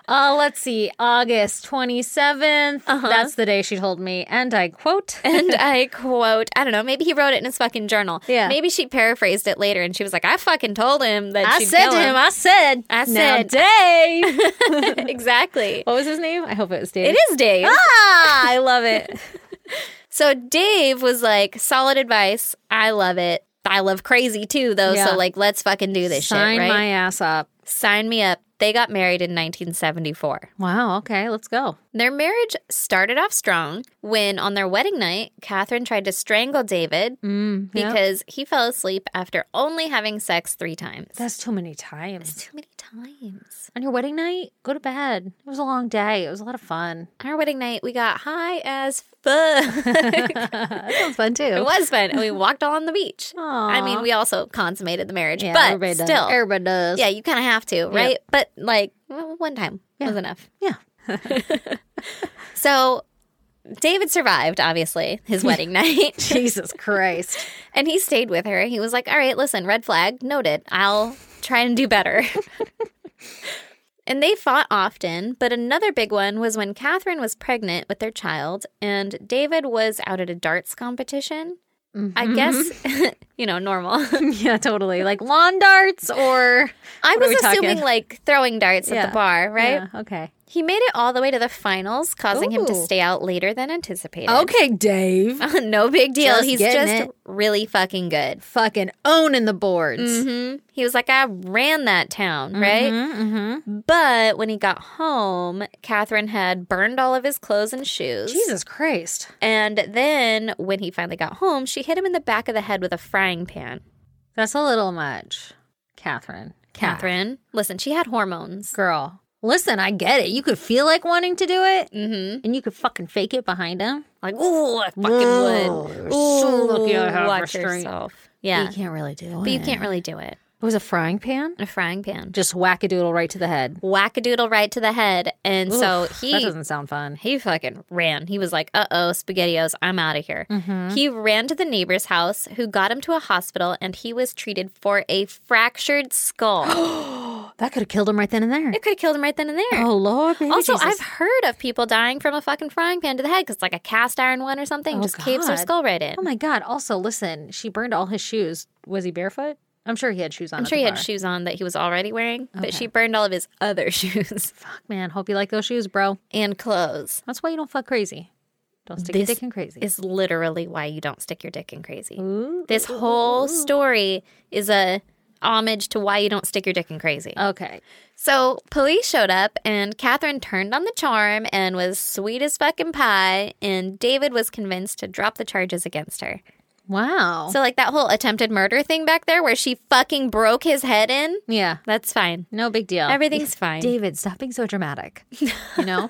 A: Uh, let's see. August 27th. That's the day she told me. And Uh-huh. I quote.
B: and I quote, I don't know, maybe he wrote it in his fucking journal.
A: Yeah.
B: Maybe she paraphrased it later and she was like, I fucking told him that
A: I
B: she'd
A: said
B: kill
A: to him, I said,
B: I
A: "Now,
B: said-
A: Dave.
B: exactly.
A: what was his name? I hope it was Dave.
B: It is Dave.
A: Ah, I love it.
B: So Dave was like, solid advice. I love it. I love crazy too, though.
A: Yeah.
B: So like, let's fucking do this
A: Sign
B: shit, right?
A: my ass up.
B: Sign me up. They got married in 1974.
A: Wow. Okay. Let's go.
B: Their marriage started off strong when, on their wedding night, Catherine tried to strangle David
A: Mm, yep.
B: because he fell asleep after only having sex three times.
A: That's too many times.
B: Too many times.
A: On your wedding night, go to bed. It was a long day. It was a lot of fun.
B: Our wedding night, we got high as fuck.
A: Uh, that sounds fun too.
B: It was fun. And we walked all on the beach. I
A: Aw.
B: mean, we also consummated the marriage,
A: Yeah,
B: but
A: everybody does.
B: still.
A: Everybody does.
B: Yeah, you kind of have to, right? But like well, one time was enough.
A: Yeah.
B: So David survived, obviously, his wedding night.
A: Jesus Christ.
B: And he stayed with her. He was like, all right, listen, red flag, noted. I'll try and do better. and they fought often, but another big one was when Catherine was pregnant with their
A: Mm-hmm.
B: child and David was out at a darts competition. I guess you know, normal.
A: yeah, totally. Like lawn darts or
B: I
A: What are
B: was
A: we talking?
B: assuming like throwing darts at
A: Yeah.
B: the bar, right?
A: Yeah, okay.
B: He made it all the way to the finals, causing him to
A: Ooh.
B: stay out later than anticipated.
A: Okay, Dave.
B: no big deal.
A: Just
B: He's
A: getting
B: just
A: it.
B: really fucking good.
A: Fucking owning the boards.
B: hmm He was like, I ran that town, right?
A: Mm-hmm,
B: But when he got home, Catherine had burned all of his clothes and shoes.
A: Jesus Christ.
B: And then when he finally got home, she hit him in the back of the head with a frying pan.
A: That's a little much. Catherine.
B: Catherine, listen, she had hormones.
A: Girl. Listen, I get it. You could feel like wanting to do it, mm-hmm. and you could fucking fake it behind him.
B: Like, ooh, I fucking
A: Whoa,
B: would.
A: you're so lucky I have
B: watch
A: restraint.
B: yourself.
A: But
B: Yeah.
A: You can't really do it.
B: But you can't really do it.
A: It was a frying pan.
B: A frying pan.
A: Just whack a doodle right to the head.
B: Whack-a-doodle right to the head. And so
A: Oof, that
B: he
A: doesn't sound fun.
B: he fucking ran. He was like, uh oh, SpaghettiOs, I'm out of here.
A: Mm-hmm.
B: He ran to the neighbor's house who got him to a hospital and he was treated for a fractured skull.
A: Oh, That could have killed him right then and there.
B: it could have killed him right then and there.
A: Oh Lord, baby
B: also,
A: Jesus.
B: I've heard of people dying from a fucking frying pan to the head because like a cast iron one or something just caves their
A: Oh, God.
B: skull right in.
A: Oh my God! Also, listen, she burned all his shoes. Was he barefoot? I'm sure he had shoes on.
B: I'm sure he had shoes on that he was already wearing, but she burned all of his other shoes
A: Fuck, man. Hope you like those shoes, bro.
B: and clothes.
A: That's why you don't fuck crazy. Don't stick
B: This
A: your dick in crazy.
B: is literally why you don't stick your dick in crazy. This whole story is a homage to why you don't stick your dick in crazy.
A: okay.
B: So police showed up and Catherine turned on the charm and was sweet as fucking pie and David was convinced to drop the charges against her.
A: Wow.
B: So like that whole attempted murder thing back there where she fucking broke his head in,
A: yeah.
B: that's fine.
A: No big deal.
B: Everything's fine.
A: David, stop being so dramatic. You know,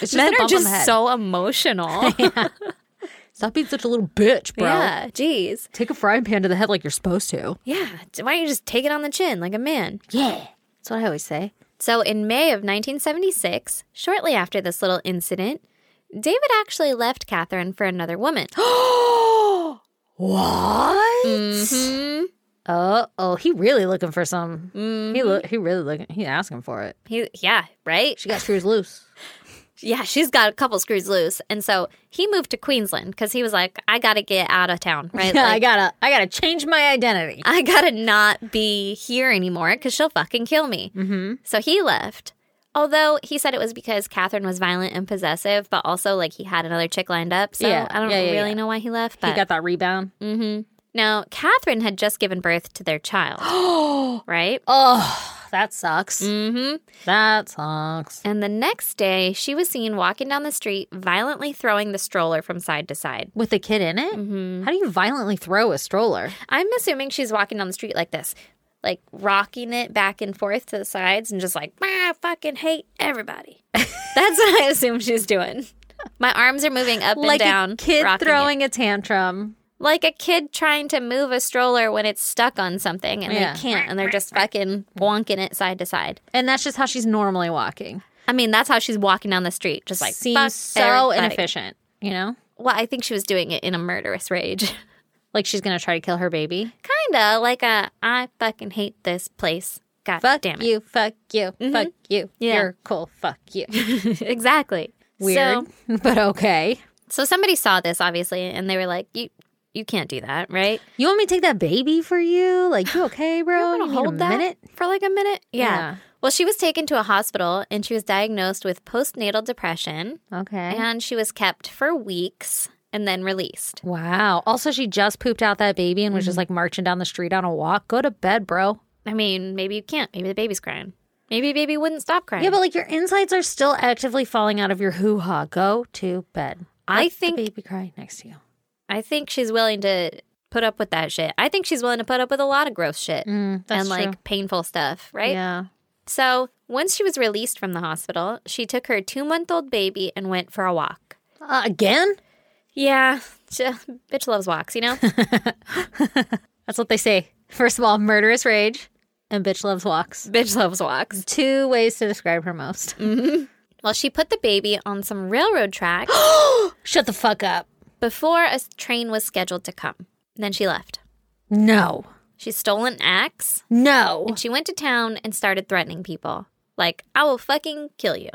A: it's just
B: Men
A: a
B: are
A: bump on the
B: just
A: head.
B: so emotional. yeah.
A: stop being such a little bitch, bro.
B: Jeez.
A: Take a frying pan to the head like you're supposed to.
B: Yeah. Why don't you just take it on the chin like a man?
A: Yeah, that's what I always say.
B: So, in May of 1976, shortly after this little incident, David actually left Catherine for another woman.
A: What? Uh oh, he really looking for some. He look. He really looking. He asking for it.
B: he, yeah, right?
A: She got screws loose.
B: yeah, she's got a couple screws loose. And so he moved to Queensland because he was like, I got to get out of town, right?
A: Yeah, I
B: Like,
A: gotta. I gotta change my identity.
B: I got to not be here anymore because she'll fucking kill me. Mm-hmm. So he left. Although he said it was because Catherine was violent and possessive, but also like he had another chick lined up. So
A: Yeah,
B: I don't
A: yeah, yeah,
B: really
A: yeah.
B: know why he left. But
A: he got Mm-hmm. that rebound.
B: Now, Catherine had just given birth to their child, right?
A: Oh, that sucks.
B: hmm
A: That sucks.
B: And the next day, she was seen walking down the street, violently throwing the stroller from side to side.
A: With the kid in it. How do you violently throw a stroller?
B: I'm assuming she's walking down the street like this, like rocking it back and forth to the sides and just like, "Ah, I fucking hate everybody. That's what I assume she's doing. My arms are moving up and
A: like
B: down.
A: a kid
B: rocking it.
A: throwing a tantrum.
B: Like a kid trying to move a stroller when it's stuck on something and
A: Yeah.
B: they can't and they're just fucking wonking it side to side.
A: And that's just how she's normally walking.
B: I mean, that's how she's walking down the street, just like fuck
A: Seems so
B: everybody.
A: inefficient, you know?
B: Well, I think she was doing it in a murderous rage,
A: Like she's gonna try to kill her baby.
B: kinda like a I fucking hate this place. God
A: Fuck
B: damn it!
A: you, fuck you, fuck you.
B: Yeah.
A: You're cool, fuck you.
B: exactly.
A: Weird,
B: So,
A: but okay.
B: so somebody saw this obviously, and they were like, "You, you can't do that, right?
A: You want me to take that baby for you? Like, you okay, bro?
B: gonna
A: You need a minute?
B: for like a minute." Yeah.
A: Yeah.
B: Well, she was taken to a hospital, and she was diagnosed with postnatal depression,
A: Okay.
B: and she was kept for weeks and then released.
A: Wow. Also, she just pooped out that baby and was just like marching down the street on a walk. Go to bed, bro.
B: I mean, maybe you can't. Maybe the baby's crying. Maybe baby wouldn't stop crying.
A: Yeah, but like your insides are still actively falling out of your hoo ha. Go to bed.
B: I
A: Let the
B: think-
A: baby cry next to you.
B: I think she's willing to put up with that shit. I think she's willing to put up with a lot of gross shit and
A: Mm, that's
B: like
A: true.
B: painful stuff, right?
A: Yeah.
B: So once she was released from the hospital, she took her two month old baby and went for a walk.
A: Uh, again?
B: Yeah, she, bitch loves walks, you know?
A: That's what they say. First of all, murderous rage and bitch loves walks. Mm.
B: bitch loves walks.
A: Two ways to describe her most.
B: Well, she put the baby on some railroad track
A: Shut the fuck up.
B: before a train was scheduled to come. Then she left.
A: No.
B: She stole an axe
A: No.
B: and she went to town and started threatening people. Like, I will fucking kill you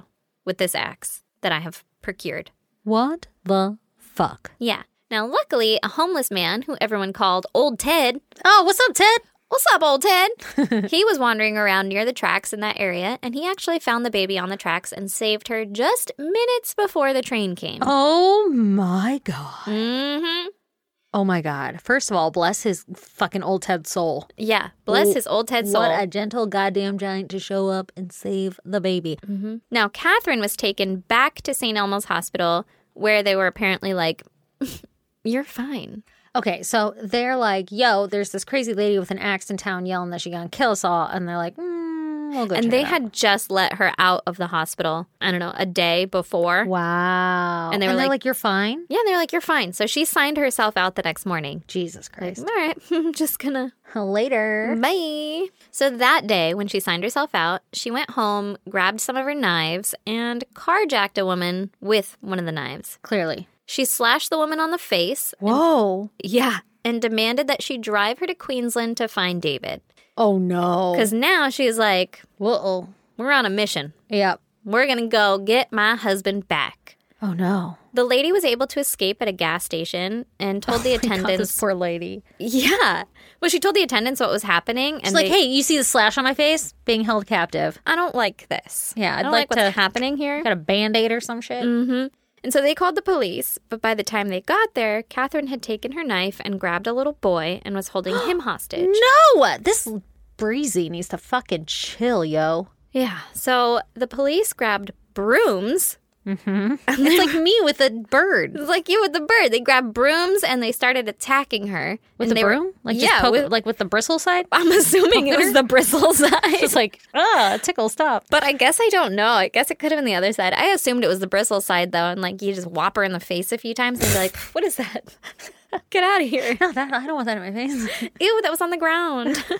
B: with this axe that I have procured.
A: What the fuck?
B: Yeah. Now, luckily, a homeless man who everyone called Old Ted
A: Oh, what's up, Ted?
B: What's up, old Ted? he was wandering around near the tracks in that area, and he actually found the baby on the tracks and saved her just minutes before the train came.
A: Oh my God.
B: hmm
A: Oh my God. First of all, bless his fucking old Ted soul.
B: Yeah, bless his old Ted soul.
A: What a gentle goddamn giant to show up and save the baby.
B: now, Catherine was taken back to St. Elmo's Hospital, where they were apparently like, You're fine.
A: Okay, so they're like, yo, there's this crazy lady with an axe in town yelling that she gonna kill us all. And they're like, mm, we'll go check
B: And they
A: it out."
B: had just let her out of the hospital, I don't know, a day before.
A: Wow.
B: And they were
A: they're
B: like-
A: you're fine?
B: Yeah, they're like, You're fine. So she signed herself out the next morning.
A: Jesus
B: Like,
A: Christ.
B: All right, I'm just gonna
A: Later.
B: Bye. So that day, when she signed herself out, she went home, grabbed some of her knives, and carjacked a woman with one of the knives.
A: Clearly.
B: She slashed the woman on the face.
A: Whoa.
B: Yeah. And demanded that she drive her to Queensland to find David.
A: Oh no.
B: Because now she's like,
A: Whoa.
B: we're on a mission.
A: Yep.
B: We're going to go get my husband back.
A: Oh no.
B: The lady was able to escape at a gas station and told the
A: Oh God, this
B: attendants.
A: poor lady.
B: Yeah. Well, she told the attendants what was happening. And
A: She's like,
B: they-
A: hey, you see the slash on my face? Being held captive.
B: I don't like this.
A: Yeah,
B: I
A: I'd
B: don't
A: like
B: like,
A: to-
B: what's happening here.
A: Got a band aid or some shit?
B: And so they called the police, but by the time they got there, Catherine had taken her knife and grabbed a little boy and was holding him hostage.
A: No! This breezy needs to fucking chill, yo.
B: Yeah. So the police grabbed brooms.
A: It's like me with a bird.
B: It's like you with the bird. They grabbed brooms and they started attacking her.
A: With
B: and
A: the
B: they were-
A: broom? like
B: yeah.
A: just poke,
B: with-
A: like with the bristle side?
B: I'm assuming it was the bristle side.
A: It's like, ah, tickle, stop.
B: But I guess I don't know. I guess it could have been the other side. I assumed it was the bristle side though, and like you just whop her in the face a few times and be like, "What is that? Get out of here!"
A: No, Oh, that, I don't want that in my face.
B: Ew, that was on the ground.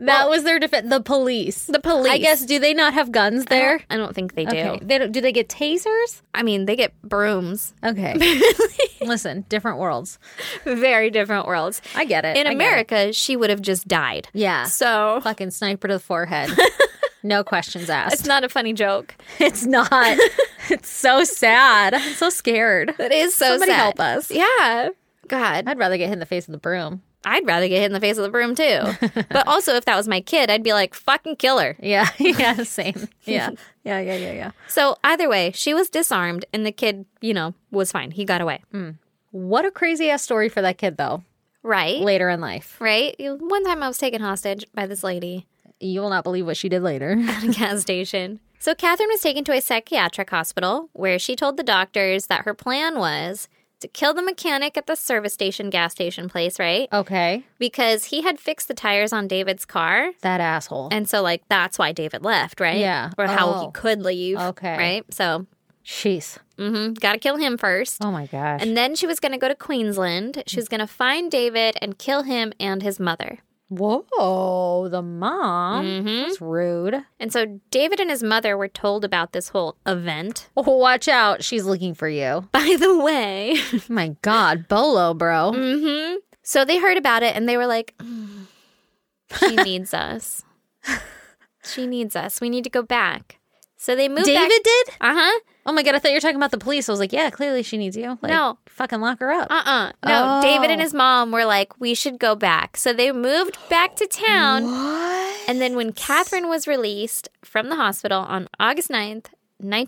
A: that was their defense. The police.
B: The police.
A: I guess, do they not have guns there?
B: I don't think they do.
A: Okay. They don't, do they get tasers?
B: I mean, they get brooms.
A: Okay. Listen, different worlds.
B: Very different worlds.
A: I get it.
B: In
A: I get it.
B: America, she would have just died.
A: Yeah.
B: So
A: Fucking sniper to the forehead. no questions
B: it's
A: asked.
B: not a funny joke.
A: It's not. it's so sad. I'm so scared.
B: It is so
A: Somebody
B: sad.
A: help us.
B: Yeah. God,
A: I'd rather get hit in the face with a broom.
B: I'd rather get hit in the face with a broom too. but also, if that was my kid, I'd be like, fucking kill her.
A: Yeah. Yeah. Same. Yeah. Yeah. Yeah. Yeah. Yeah.
B: So either way, she was disarmed and the kid, you know, was fine. He got away.
A: Mm. What a crazy ass story for that kid, though,
B: Right?
A: later in life.
B: Right? You- One time I was taken hostage by this lady.
A: You will not believe what she did later.
B: at a gas station. So Catherine was taken to a psychiatric hospital where she told the doctors that her plan was to kill the mechanic at the service station gas station place, right?
A: Okay.
B: Because he had fixed the tires on David's car.
A: That asshole.
B: And so like that's why David left, right?
A: Yeah.
B: Or how
A: Oh.
B: he could leave.
A: Okay.
B: Right? So
A: Jeez.
B: mm-hmm, gotta kill him first.
A: Oh my gosh.
B: And then she was gonna go to Queensland. She was gonna find David and kill him and his mother.
A: Whoa, the mom. That's rude.
B: And so David and his mother were told about this whole event.
A: Oh, watch out. She's looking for you.
B: By the way,
A: My God, Bolo, bro.
B: hmm So they heard about it and they were like, "Mm, she needs us. She needs us. We need to go back. So they moved
A: David did?
B: Uh huh.
A: Oh my God, I thought you were talking about the police. I was like, yeah, clearly she needs you. Like,
B: No.
A: Fucking lock her up.
B: Uh uh No,
A: Oh.
B: David and his mom were like, we should go back. So they moved back to town.
A: what?
B: And then when Catherine was released from the hospital on August 9th,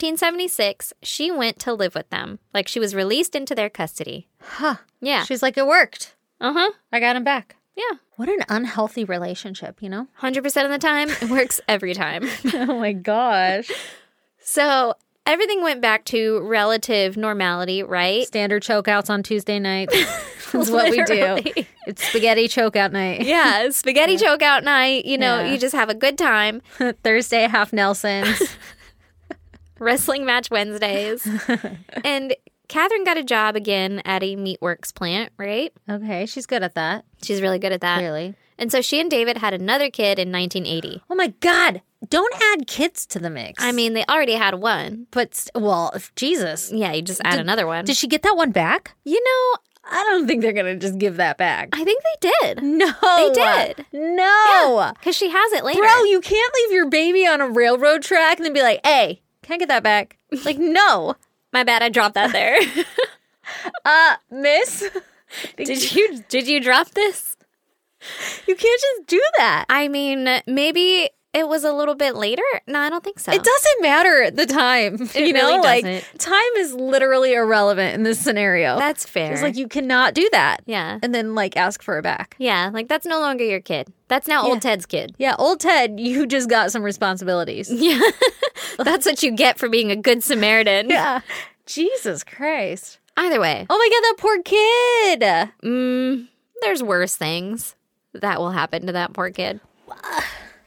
B: 1976, she went to live with them. Like she was released into their custody.
A: Huh.
B: Yeah.
A: She's like, it worked.
B: Uh huh.
A: I got him back.
B: Yeah.
A: What an unhealthy relationship, you know?
B: 100% of the time, it works every time.
A: oh my gosh.
B: So everything went back to relative normality, right?
A: Standard chokeouts on Tuesday nights. That's what we do.
B: Literally.
A: It's spaghetti chokeout night.
B: Yeah, spaghetti choke out night. You know,
A: Yeah.
B: you just have a good time.
A: Thursday, half Nelson's.
B: Wrestling match Wednesdays. and Catherine got a job again at a meatworks plant, right?
A: okay, she's good at that,
B: She's really good at that.
A: clearly.
B: And so she and David had another kid in 1980.
A: Oh my God. Don't add kids to the mix.
B: I mean, they already had one.
A: but st- well, if Jesus.
B: Yeah, you just add another one.
A: Did she get that one back?
B: you know,
A: I don't think they're going to just give that back.
B: I think they did.
A: No.
B: They did.
A: No.
B: Because she has it later.
A: Bro, you can't leave your baby on a railroad track and then be like, hey, can I get that back? Like, no.
B: My bad, I dropped that there.
A: Uh, miss,
B: Did you did you drop this?
A: you can't just do that.
B: I mean, maybe it was a little bit later. No, I don't think so.
A: It doesn't matter the time. you know,
B: really
A: like
B: doesn't.
A: time is literally irrelevant in this scenario.
B: That's fair.
A: it's like you cannot do that.
B: yeah.
A: And then like ask for it back.
B: Yeah, like that's no longer your kid. That's now old Ted's kid.
A: Yeah, old Ted, you just got some responsibilities.
B: Yeah. that's what you get for being a good Samaritan.
A: yeah. Jesus Christ.
B: Either way,
A: Oh my god, that poor kid.
B: mm, there's worse things that will happen to that poor kid.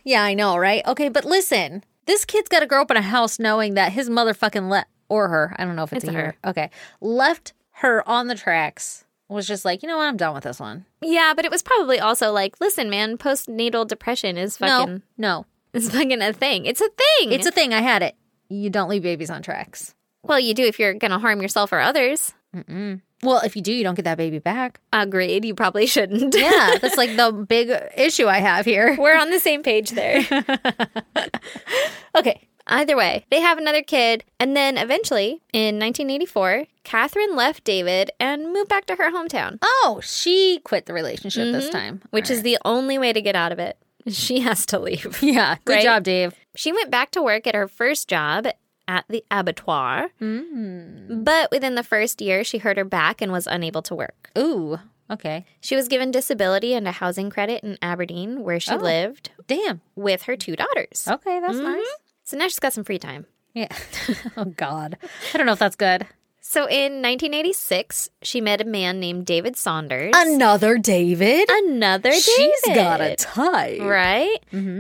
A: Yeah, I know, right? Okay, but listen, this kid's got to grow up in a house knowing that his motherfucking le or her, I don't know if it's,
B: It's
A: a
B: her.
A: her. Okay, left her on the tracks. Was just like, you know what? I'm done with this one.
B: Yeah, but it was probably also like, listen, man, postnatal depression is fucking
A: No, no,
B: is fucking a thing. It's a thing.
A: it's a thing. I had it. You don't leave babies on tracks.
B: well, you do if you're gonna harm yourself or others.
A: Well, if you do, you don't get that baby back.
B: Agreed. You probably shouldn't.
A: Yeah, that's like the big issue I have here.
B: We're on the same page there.
A: Okay,
B: Either way, they have another kid, and then eventually, in 1984, Catherine left David and moved back to her hometown,
A: Oh, she quit the relationship this time,
B: Mm-hmm. which is the only way to get out of it. She has to leave.
A: yeah. Good
B: Right.
A: job, Dave.
B: She went back to work at her first job at the abattoir, but within the first year, she hurt her back and was unable to work.
A: Ooh, okay.
B: She was given disability and a housing credit in Aberdeen, where she lived
A: Damn.
B: with her two daughters.
A: Okay, that's
B: Mm-hmm.
A: nice.
B: So now she's got some free time.
A: Yeah. oh God, I don't know if that's good.
B: So in 1986, she met a man named David Saunders.
A: Another David.
B: Another David.
A: She's got a type. Mm-hmm.
B: Right?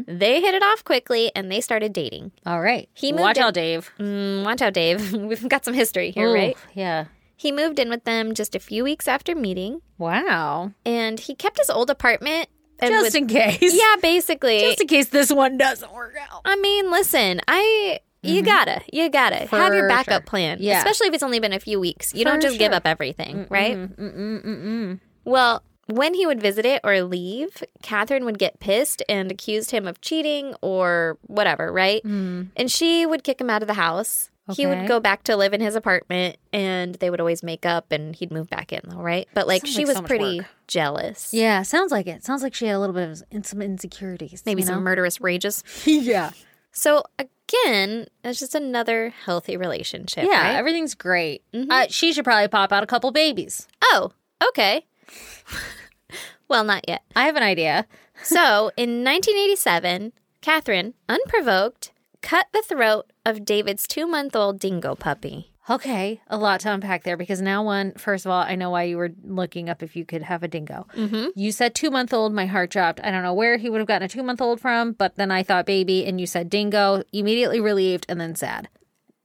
B: They hit it off quickly and they started dating.
A: All right.
B: He moved
A: Watch
B: in-
A: out, Dave.
B: Mm, watch out, Dave. We've got some history here,
A: Ooh,
B: right?
A: Yeah.
B: He moved in with them just a few weeks after meeting
A: Wow.
B: and he kept his old apartment. And
A: Just
B: was-
A: in case.
B: yeah, basically.
A: Just in case this one doesn't work out.
B: I mean, listen, I. You gotta, you gotta have your
A: Mm-hmm. For
B: backup
A: sure.
B: plan,
A: Yeah.
B: especially if it's only been a few weeks. You
A: For
B: don't just give
A: sure.
B: up everything, right? Well, when he would visit it or leave, Catherine would get pissed and accused him of cheating or whatever, right? And she would kick him out of the house. He
A: Mm. Okay.
B: would go back to live in his apartment and they would always make up and he'd move back in though, right? But like
A: Sounds
B: she
A: like
B: was
A: so much
B: pretty
A: work.
B: jealous.
A: Yeah. Sounds like it. Sounds like she had a little bit of in- some insecurities.
B: Maybe
A: you
B: some
A: know?
B: murderous rages.
A: yeah.
B: So again, it's just another healthy relationship.
A: Yeah.
B: right?
A: Everything's great. Uh, she should probably pop out a couple babies.
B: Oh, okay. well, not yet.
A: I have an idea.
B: So in 1987, Catherine, unprovoked, cut the throat of David's two month old dingo puppy.
A: Okay, a lot to unpack there because now, one, first of all, I know why you were looking up if you could have a dingo.
B: Mm-hmm.
A: You said two month old, my heart dropped. I don't know where he would have gotten a two month old from, but then I thought baby, and you said dingo, immediately relieved and then sad.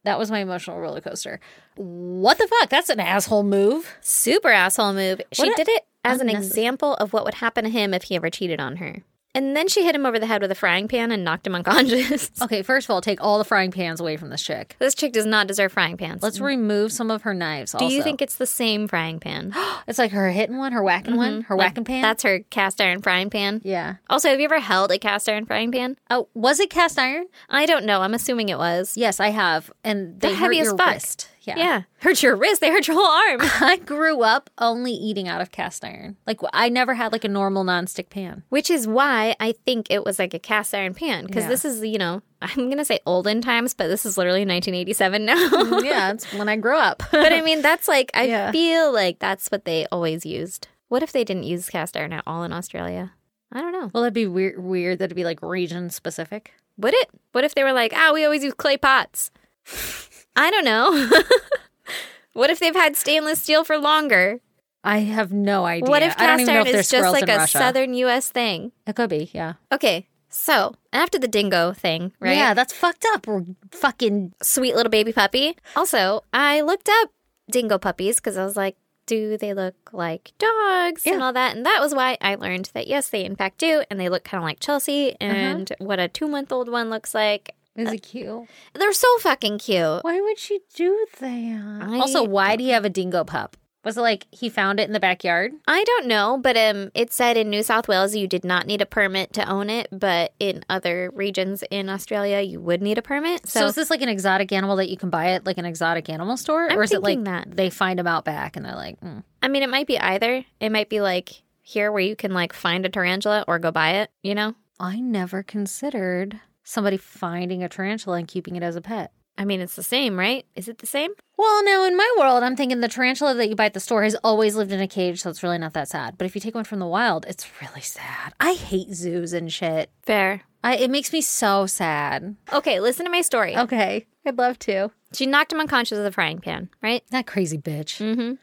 A: That was my emotional roller coaster. What the fuck? That's an asshole move.
B: Super asshole move. She
A: What a-
B: did it as an
A: unnecessary-
B: example of what would happen to him if he ever cheated on her. And then she hit him over the head with a frying pan and knocked him unconscious.
A: Okay, first of all, take all the frying pans away from this chick.
B: this chick does not deserve frying pans.
A: Let's remove some of her knives.
B: Mm-hmm. Do you think it's the same frying pan?
A: it's like her hitting one, her whacking one, her whacking pan?
B: Mm-hmm. That's her cast iron frying pan.
A: yeah.
B: Also, have you ever held a cast iron frying pan?
A: Oh, was it cast iron?
B: I don't know. I'm assuming it was.
A: Yes, I have, and they
B: They're
A: hurt
B: heavy as
A: your
B: fuck.
A: wrist.
B: yeah. Hurt your wrist. They hurt your whole arm.
A: I grew up only eating out of cast iron. Like I never had like a normal nonstick pan.
B: Which is why I think it was like a cast iron pan because
A: Yeah.
B: this is, you know, I'm going to say olden times, but this is literally 1987 now.
A: yeah, it's when I grew up.
B: but I mean, that's like, I
A: Mm. Yeah.
B: feel like that's what they always used. What if they didn't use cast iron at all in Australia? I don't know.
A: well, that'd be weird. Weird. That'd be like region specific.
B: Would it? What if they were like, ah, we always use clay pots? I don't know. what if they've had stainless steel for longer?
A: I have no idea.
B: What if
A: I don't
B: cast
A: even know
B: iron
A: if there's
B: is just
A: squirrels
B: like
A: in
B: a
A: Russia.
B: southern US thing?
A: It could be. Yeah.
B: Okay. So after the dingo thing, right?
A: Yeah, that's fucked up. We're fucking.
B: sweet little baby puppy. Also, I looked up dingo puppies because I was like, do they look like dogs and
A: Yeah.
B: all that? And that was why I learned that yes, they in fact do. And they look kind of like Chelsea and what a two month old one looks like.
A: Is it cute?
B: They're so fucking cute.
A: Why would she do that?
B: I-
A: also, why do you have a dingo pup? Was it like he found it in the backyard?
B: I don't know, but um, it said in New South Wales you did not need a permit to own it, but in other regions in Australia you would need a permit.
A: So,
B: So,
A: is this like an exotic animal that you can buy at like an exotic animal store,
B: I'm
A: or is it like
B: thinking that.
A: they find them out back and they're like, mm.
B: I mean, it might be either. It might be like here where you can like find a tarantula or go buy it. You know,
A: I never considered somebody finding a tarantula and keeping it as a pet.
B: I mean, it's the same, right? Is it the same?
A: Well, now in my world, I'm thinking the tarantula that you buy at the store has always lived in a cage, so it's really not that sad. But if you take one from the wild, it's really sad. I hate zoos and shit.
B: Fair.
A: I, it makes me so sad.
B: Okay, listen to my story.
A: Okay, I'd love to.
B: She knocked him unconscious with a frying pan, right?
A: That crazy bitch.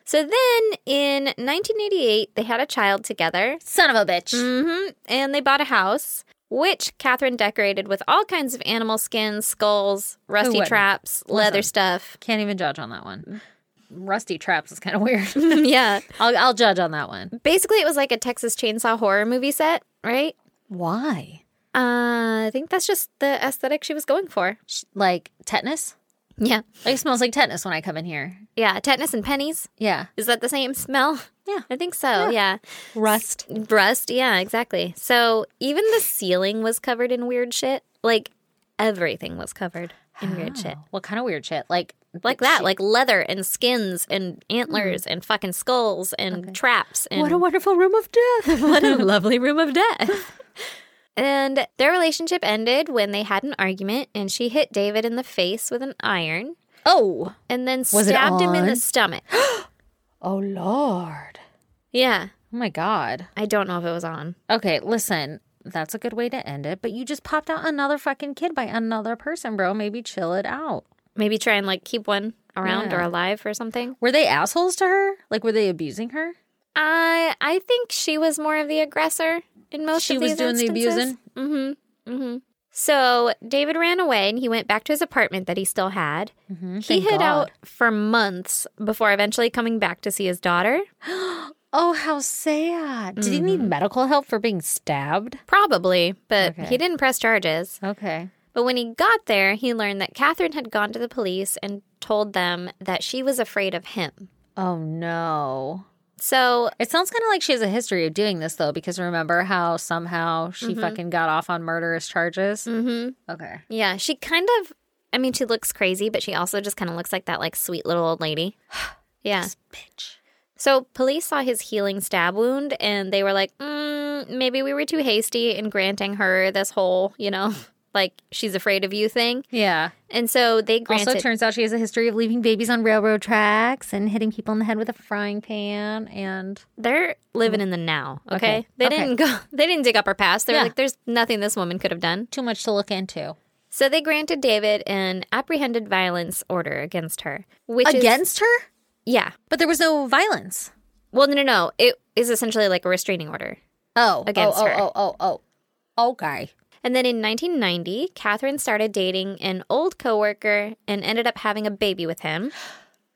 B: So then in 1988, they had a child together
A: Son of a bitch.
B: hmm and they bought a house, which Catherine decorated with all kinds of animal skins, skulls, rusty
A: wouldn't?
B: traps, leather stuff.
A: Can't even judge on that one. Rusty traps is kind of weird.
B: yeah.
A: I'll, I'll judge on that one.
B: Basically, it was like a Texas Chainsaw Horror movie set, right?
A: Why?
B: Uh, I think that's just the aesthetic she was going for.
A: Sh- Like tetanus?
B: Yeah.
A: Like it smells like tetanus when I come in here.
B: Yeah. Tetanus and pennies.
A: Yeah.
B: Is that the same smell?
A: Yeah.
B: I think so. yeah.
A: Rust.
B: Rust, yeah, exactly. So even the ceiling was covered in weird shit. Like everything was covered in weird shit.
A: What kind of weird shit? Like
B: Like that, like leather and skins and antlers and fucking skulls and traps and
A: what a wonderful room of death.
B: what a lovely room of death. and their relationship ended when they had an argument and she hit David in the face with an iron
A: oh.
B: and then
A: it
B: stabbed him in
A: on?
B: the stomach.
A: Oh lord.
B: yeah.
A: Oh my god.
B: I don't know if it was on.
A: Okay, listen. That's a good way to end it, but you just popped out another fucking kid by another person, bro. Maybe chill it out.
B: Maybe try and like keep one around
A: Yeah.
B: or alive or something.
A: Were they assholes to her? Like were they abusing her?
B: I I think she was more of the aggressor in most
A: She
B: of
A: was
B: these
A: doing the
B: instances. Mm-hmm. Mm-hmm. So David ran away and he went back to his apartment that he still had. He
A: Mm-hmm. thank
B: hid
A: God.
B: out for months before eventually coming back to see his daughter.
A: Oh, how sad. Did he need medical help for being stabbed?
B: Probably, but
A: Okay.
B: he didn't press charges.
A: Okay.
B: But when he got there, he learned that Catherine had gone to the police and told them that she was afraid of him.
A: Oh no.
B: So
A: It sounds kind of like she has a history of doing this though, because remember how somehow she
B: Mm-hmm.
A: fucking got off on murderous charges?
B: Mm.
A: Mm-hmm. Okay.
B: yeah, she kind of I mean, she looks crazy, but she also just kind of looks like that like sweet little old lady. Yeah.
A: Bitch.
B: So, police saw his healing stab wound and they were like, mm, maybe we were too hasty in granting her this whole, you know, like she's afraid of you thing.
A: Yeah.
B: And so they granted.
A: Also, turns out she has a history of leaving babies on railroad tracks and hitting people in the head with a frying pan. And
B: they're living in the now, okay?
A: Mm. Okay.
B: They
A: Okay.
B: didn't go, they didn't dig up her past. They were
A: Yeah.
B: like, there's nothing this woman could have done.
A: too much to look into.
B: So they granted David an apprehended violence order against her, which is-
A: Against her?
B: yeah.
A: But there was no violence.
B: Well, no, no, no. It is essentially like a restraining order.
A: Oh,
B: Against
A: oh,
B: her.
A: Oh, oh, oh, oh. Okay.
B: And then in 1990, Catherine started dating an old coworker and ended up having a baby with him.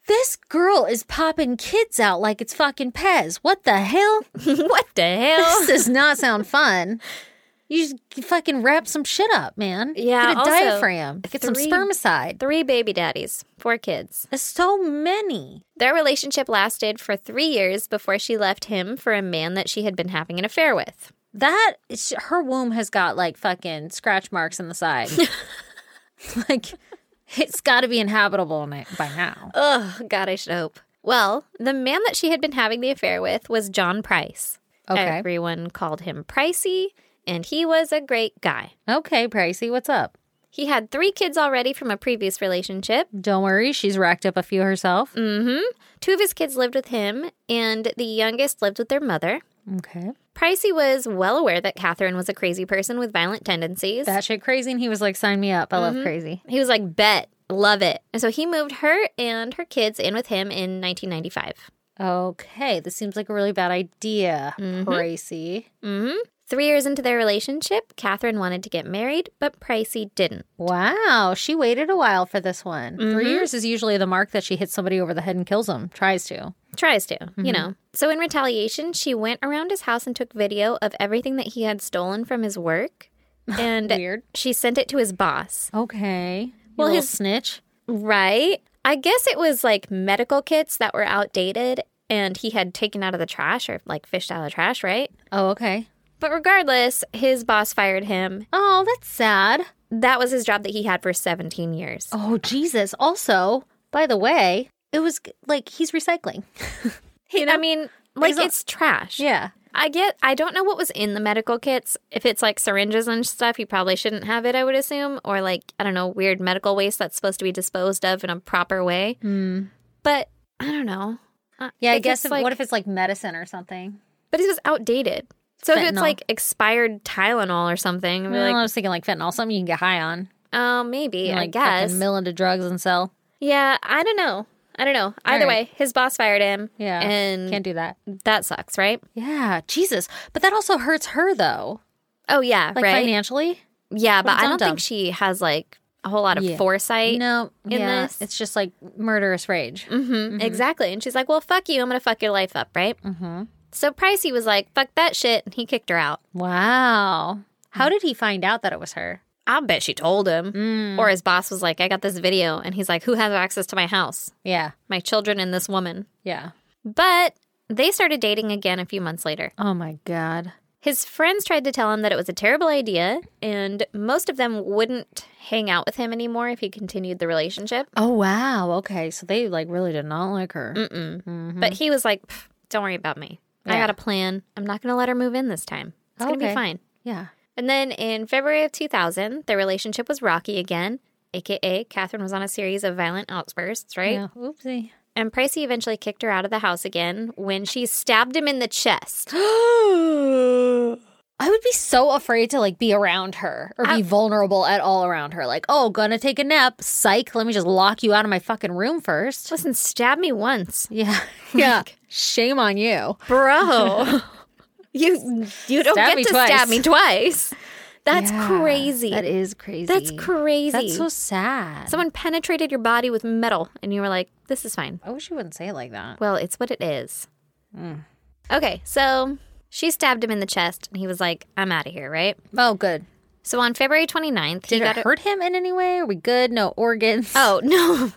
A: This girl is popping kids out like it's fucking Pez. What the hell?
B: what the hell?
A: this does not sound fun. You just fucking wrap some shit up, man.
B: Yeah,
A: Get a
B: also,
A: diaphragm. Get some
B: three-
A: spermicide.
B: Three baby daddies, four kids.
A: There's so many.
B: Their relationship lasted for three years before she left him for a man that she had been having an affair with.
A: That is- her womb has got like fucking scratch marks in the side. like it's got to be inhabitable ni- by now.
B: Ugh, God, I should hope. Well, the man that she had been having the affair with was John Price.
A: Okay.
B: Everyone called him Pricey, and he was a great guy.
A: Okay, Pricey, what's up?
B: He had three kids already from a previous relationship.
A: Don't worry, she's racked up a few herself.
B: Two of his kids lived with him, and the youngest lived with their mother.
A: Okay,
B: Pricey was well aware that Catherine was a crazy person with violent tendencies.
A: that shit crazy, and he was like, "Sign me up, I love crazy."
B: he was like, bet, love it. And so he moved her and her kids in with him in 1995.
A: Okay, this seems like a really bad idea, Pricey.
B: Three years into their relationship, Catherine wanted to get married, but Pricey didn't.
A: Wow, she waited a while for this one. Three years is usually the mark that she hits somebody over the head and kills them. Tries to.
B: Tries to, you know. So in retaliation, she went around his house and took video of everything that he had stolen from his work. And
A: Weird.
B: she sent it to his boss.
A: Okay.
B: Well,
A: Well,
B: his-
A: his snitch.
B: Right. I guess it was like medical kits that were outdated and he had taken out of the trash or like fished out of the trash, right?
A: Oh, okay.
B: But regardless, his boss fired him.
A: Oh, that's sad.
B: That was his job that he had for 17 years.
A: Oh, Jesus. Also, by the way, it was like he's recycling.
B: I mean, like
A: There's a-
B: it's trash.
A: Yeah.
B: I get I don't know what was in the medical kits. If it's like syringes and stuff, you probably shouldn't have it, I would assume, or like I don't know, weird medical waste that's supposed to be disposed of in a proper way. But I don't know. Uh,
A: Hmm. Yeah, I
B: if
A: guess
B: it's,
A: if,
B: like-
A: what if it's like medicine or something?
B: But it was outdated. So if it's
A: Fentanyl.
B: like expired Tylenol or something, I'd be
A: Well, I
B: like,
A: was thinking like fentanyl, something you can get high on.
B: oh, maybe, I
A: like
B: guess.
A: fucking mill into drugs and sell.
B: yeah, I don't know. I don't know. Either
A: right.
B: way, his boss fired him.
A: Yeah.
B: And
A: Can't do that.
B: that sucks, right?
A: Yeah. Jesus. But that also hurts her though.
B: Oh, yeah,
A: Like
B: right.
A: financially.
B: Yeah, but I don't
A: dum-dum.
B: think she has like a whole lot of
A: Yeah.
B: foresight.
A: No.
B: in
A: yeah.
B: this?
A: It's just like murderous rage. Mm-hmm.
B: Mhm, Exactly. And she's like, well, fuck you. I'm going to fuck your life up, right? Mm-hmm. So Pricey was like, fuck that shit. And he kicked her out.
A: Wow. How did he find out that it was her?
B: I bet she told him.
A: Mm.
B: Or his boss was like, I got this video. And he's like, who has access to my house?
A: Yeah.
B: My children and this woman.
A: Yeah.
B: But they started dating again a few months later.
A: Oh my God.
B: His friends tried to tell him that it was a terrible idea, and most of them wouldn't hang out with him anymore if he continued the relationship.
A: Oh wow. Okay. So they like really did not like her. Mm-hmm.
B: But he was like, "Pff, don't worry about me. I
A: Mm. Yeah.
B: got a plan. I'm not going to let her move in this time. It's going to be
A: Okay.
B: fine.
A: Yeah.
B: And then in February of 2000, their relationship was rocky again, aka Catherine was on a series of violent outbursts, right?
A: Yeah. Oopsie.
B: And Pricey eventually kicked her out of the house again when she stabbed him in the chest.
A: I would be so afraid to like be around her or be
B: I-
A: vulnerable at all around her. Like, oh, gonna take a nap. Psych. Let me just lock you out of my fucking room first.
B: Listen, stab me once,
A: Yeah. Yeah. Shame on you.
B: bro. you you don't
A: Stab me
B: get to
A: twice.
B: stab me twice. That's
A: Yeah.
B: crazy.
A: That is crazy.
B: That's crazy.
A: That's so sad.
B: Someone penetrated your body with metal, and you were like, "This is fine."
A: I wish you wouldn't say it like that.
B: Well, it's what it is.
A: Mm.
B: Okay, so she stabbed him in the chest, and he was like, I'm out of here, right?
A: Oh, good.
B: So on February 29th, he
A: Did
B: got
A: it hurt him in any way? Are we good? No organs.
B: Oh, no.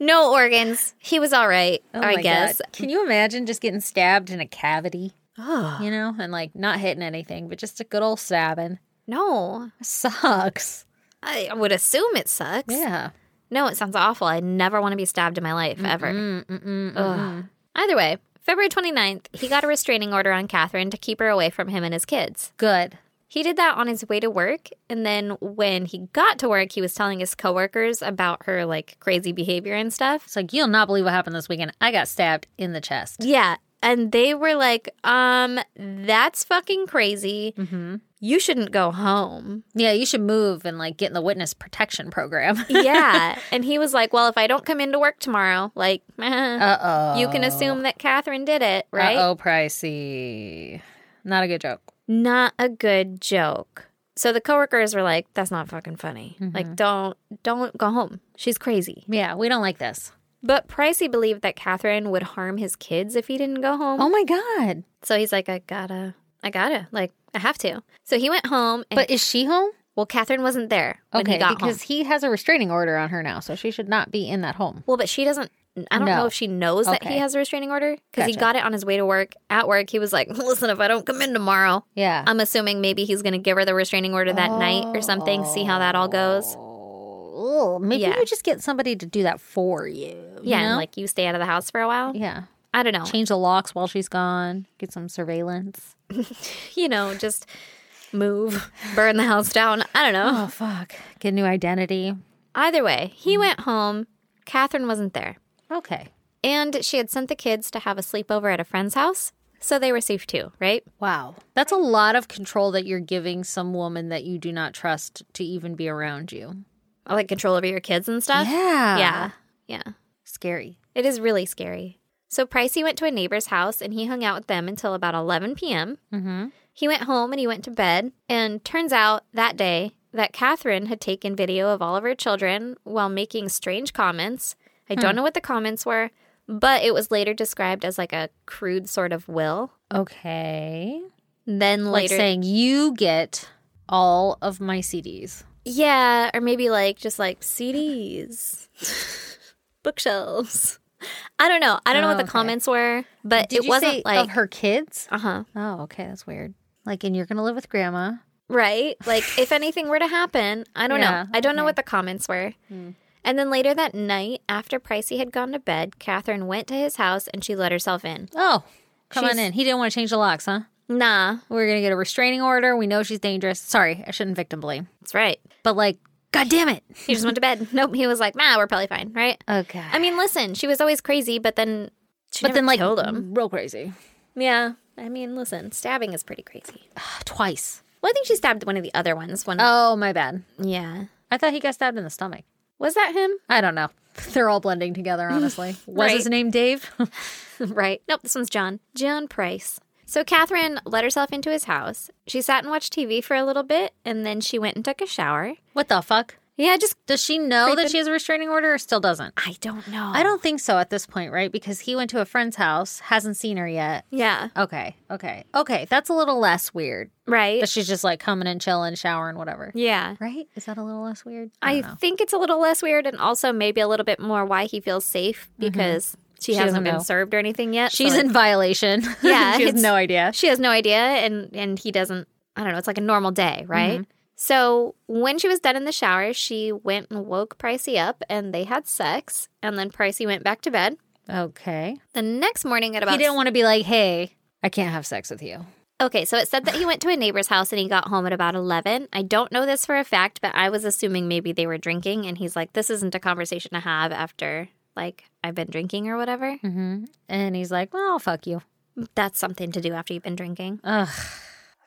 B: no organs. He was all right,
A: Oh my
B: I
A: God.
B: guess.
A: Can you imagine just getting stabbed in a cavity?
B: Oh,
A: You know, and like not hitting anything, but just a good old stabbing.
B: no.
A: Sucks.
B: I I would assume it sucks.
A: Yeah.
B: No, it sounds awful. I never want to be stabbed in my life, ever. Ugh. Either way, February 29th, he got a restraining order on Catherine to keep her away from him and his kids.
A: Good.
B: He did that on his way to work. And then when he got to work, he was telling his coworkers about her like crazy behavior and stuff.
A: It's like, you'll not believe what happened this weekend. I got stabbed in the chest.
B: Yeah. And they were like, um, that's fucking crazy. You shouldn't go home.
A: Yeah, you should move and like get in the witness protection program.
B: Yeah. and he was like, well, if I don't come into work tomorrow, like, eh,
A: uh oh.
B: you can assume that Catherine did it, right?
A: Uh oh, pricey. Not a good joke.
B: Not a good joke. So the coworkers were like, that's not fucking funny. Like, don't, don't go home. She's crazy.
A: Yeah, we don't like this.
B: But Pricey believed that Catherine would harm his kids if he didn't go home.
A: Oh my God.
B: So he's like, I gotta, I gotta, like, I have to. So he went home, and
A: But is she home?
B: well, Catherine wasn't there when
A: Okay,
B: he got
A: because
B: home.
A: he has a restraining order on her now, so she should not be in that home.
B: Well, but she doesn't. I don't
A: No.
B: know if she knows that he
A: Okay.
B: has a restraining order because he
A: Gotcha.
B: got it on his way to work. At work, he was like, "Listen, if I don't come in tomorrow,
A: Yeah.
B: I'm assuming maybe he's going to give her the restraining order that night or something. See how that all goes.
A: Oh, maybe
B: Yeah.
A: you just get somebody to do that for you. you
B: Yeah, and
A: know?
B: like you stay out of the house for a while.
A: yeah.
B: I don't know.
A: Change the locks while she's gone. Get some surveillance.
B: You know, just move, burn the house down. I don't know.
A: Oh fuck. Get a new identity.
B: Either way,
A: Mm.
B: he went home. Catherine wasn't there.
A: Okay.
B: And she had sent the kids to have a sleepover at a friend's house. So they were safe too, right?
A: Wow. That's a lot of control that you're giving some woman that you do not trust to even be around you.
B: Like control over your kids and stuff.
A: Yeah.
B: Yeah. Yeah.
A: Scary.
B: It is really scary. So Pricey went to a neighbor's house and he hung out with them until about 11 p.m.
A: Mm-hmm.
B: He went home and he went to bed. And turns out that day that Catherine had taken video of all of her children while making strange comments. I
A: Hmm.
B: don't know what the comments were, but it was later described as like a crude sort of will.
A: Okay.
B: Then
A: Like
B: later,
A: saying you get all of my CDs.
B: yeah, or maybe like just like CDs, bookshelves. I don't know. I don't know what the
A: Oh, okay.
B: comments were, but
A: Did
B: it
A: you
B: wasn't
A: say
B: like
A: of her kids?
B: uh huh.
A: Oh, okay, that's weird. Like, and you're gonna live with grandma.
B: Right? Like, if anything were to happen, I don't
A: Yeah, Hmm.
B: know. I don't know what the comments were. And then later that night, after Pricey had gone to bed, Catherine went to his house and she let herself in.
A: Oh, come on
B: She's-
A: in. He didn't want to change the locks, huh?
B: Nah,
A: We're gonna get a restraining order. We know she's dangerous. Sorry, I shouldn't victim blame,
B: that's right.
A: but like, god damn it.
B: He just went to bed. Nope. He was like, nah, we're probably fine, right?
A: Okay,
B: I mean, listen, she was always crazy, but then she
A: but then like
B: killed him.
A: real crazy
B: Yeah. I mean, listen, stabbing is pretty crazy.
A: twice.
B: Well, I think she stabbed one of the other ones. One.
A: Oh my bad.
B: yeah.
A: I thought he got stabbed in the stomach.
B: Was that him?
A: I don't know. They're all blending together, honestly. Was his
B: Right.
A: name Dave?
B: Right. Nope, this one's John. John Price. So Catherine let herself into his house. She sat and watched TV for a little bit, and then she went and took a shower.
A: what the fuck?
B: Yeah, just
A: Does she know that she has a restraining order or still doesn't?
B: I don't know.
A: I don't think so at this point, right? Because he went to a friend's house, hasn't seen her yet.
B: Yeah.
A: Okay, okay, okay. That's a little less weird.
B: Right.
A: That she's just like coming and chilling, showering, whatever.
B: yeah.
A: Right? Is that a little less weird?
B: I,
A: don't know.
B: think it's a little less weird, and also maybe a little bit more why he feels safe because she,
A: Mm-hmm. doesn't
B: hasn't been
A: know.
B: served or anything yet. so,
A: she's
B: like,
A: in violation.
B: Yeah,
A: she has
B: it's-
A: no idea.
B: She has no idea, and and he doesn't. I don't know. It's like a normal day, right?
A: Mm-hmm.
B: So when she was done in the shower, she went and woke Pricey up, and they had sex, and then Pricey went back to bed.
A: Okay.
B: The next morning at about
A: He didn't want to be like, "Hey, I can't have sex with you."
B: okay, so it said that he went to a neighbor's house and he got home at about eleven. I don't know this for a fact, but I was assuming maybe they were drinking, and he's like, "This isn't a conversation to have after like I've been drinking or whatever.
A: hmm And he's like, "Well, I'll fuck you."
B: That's something to do after you've been drinking."
A: Ugh.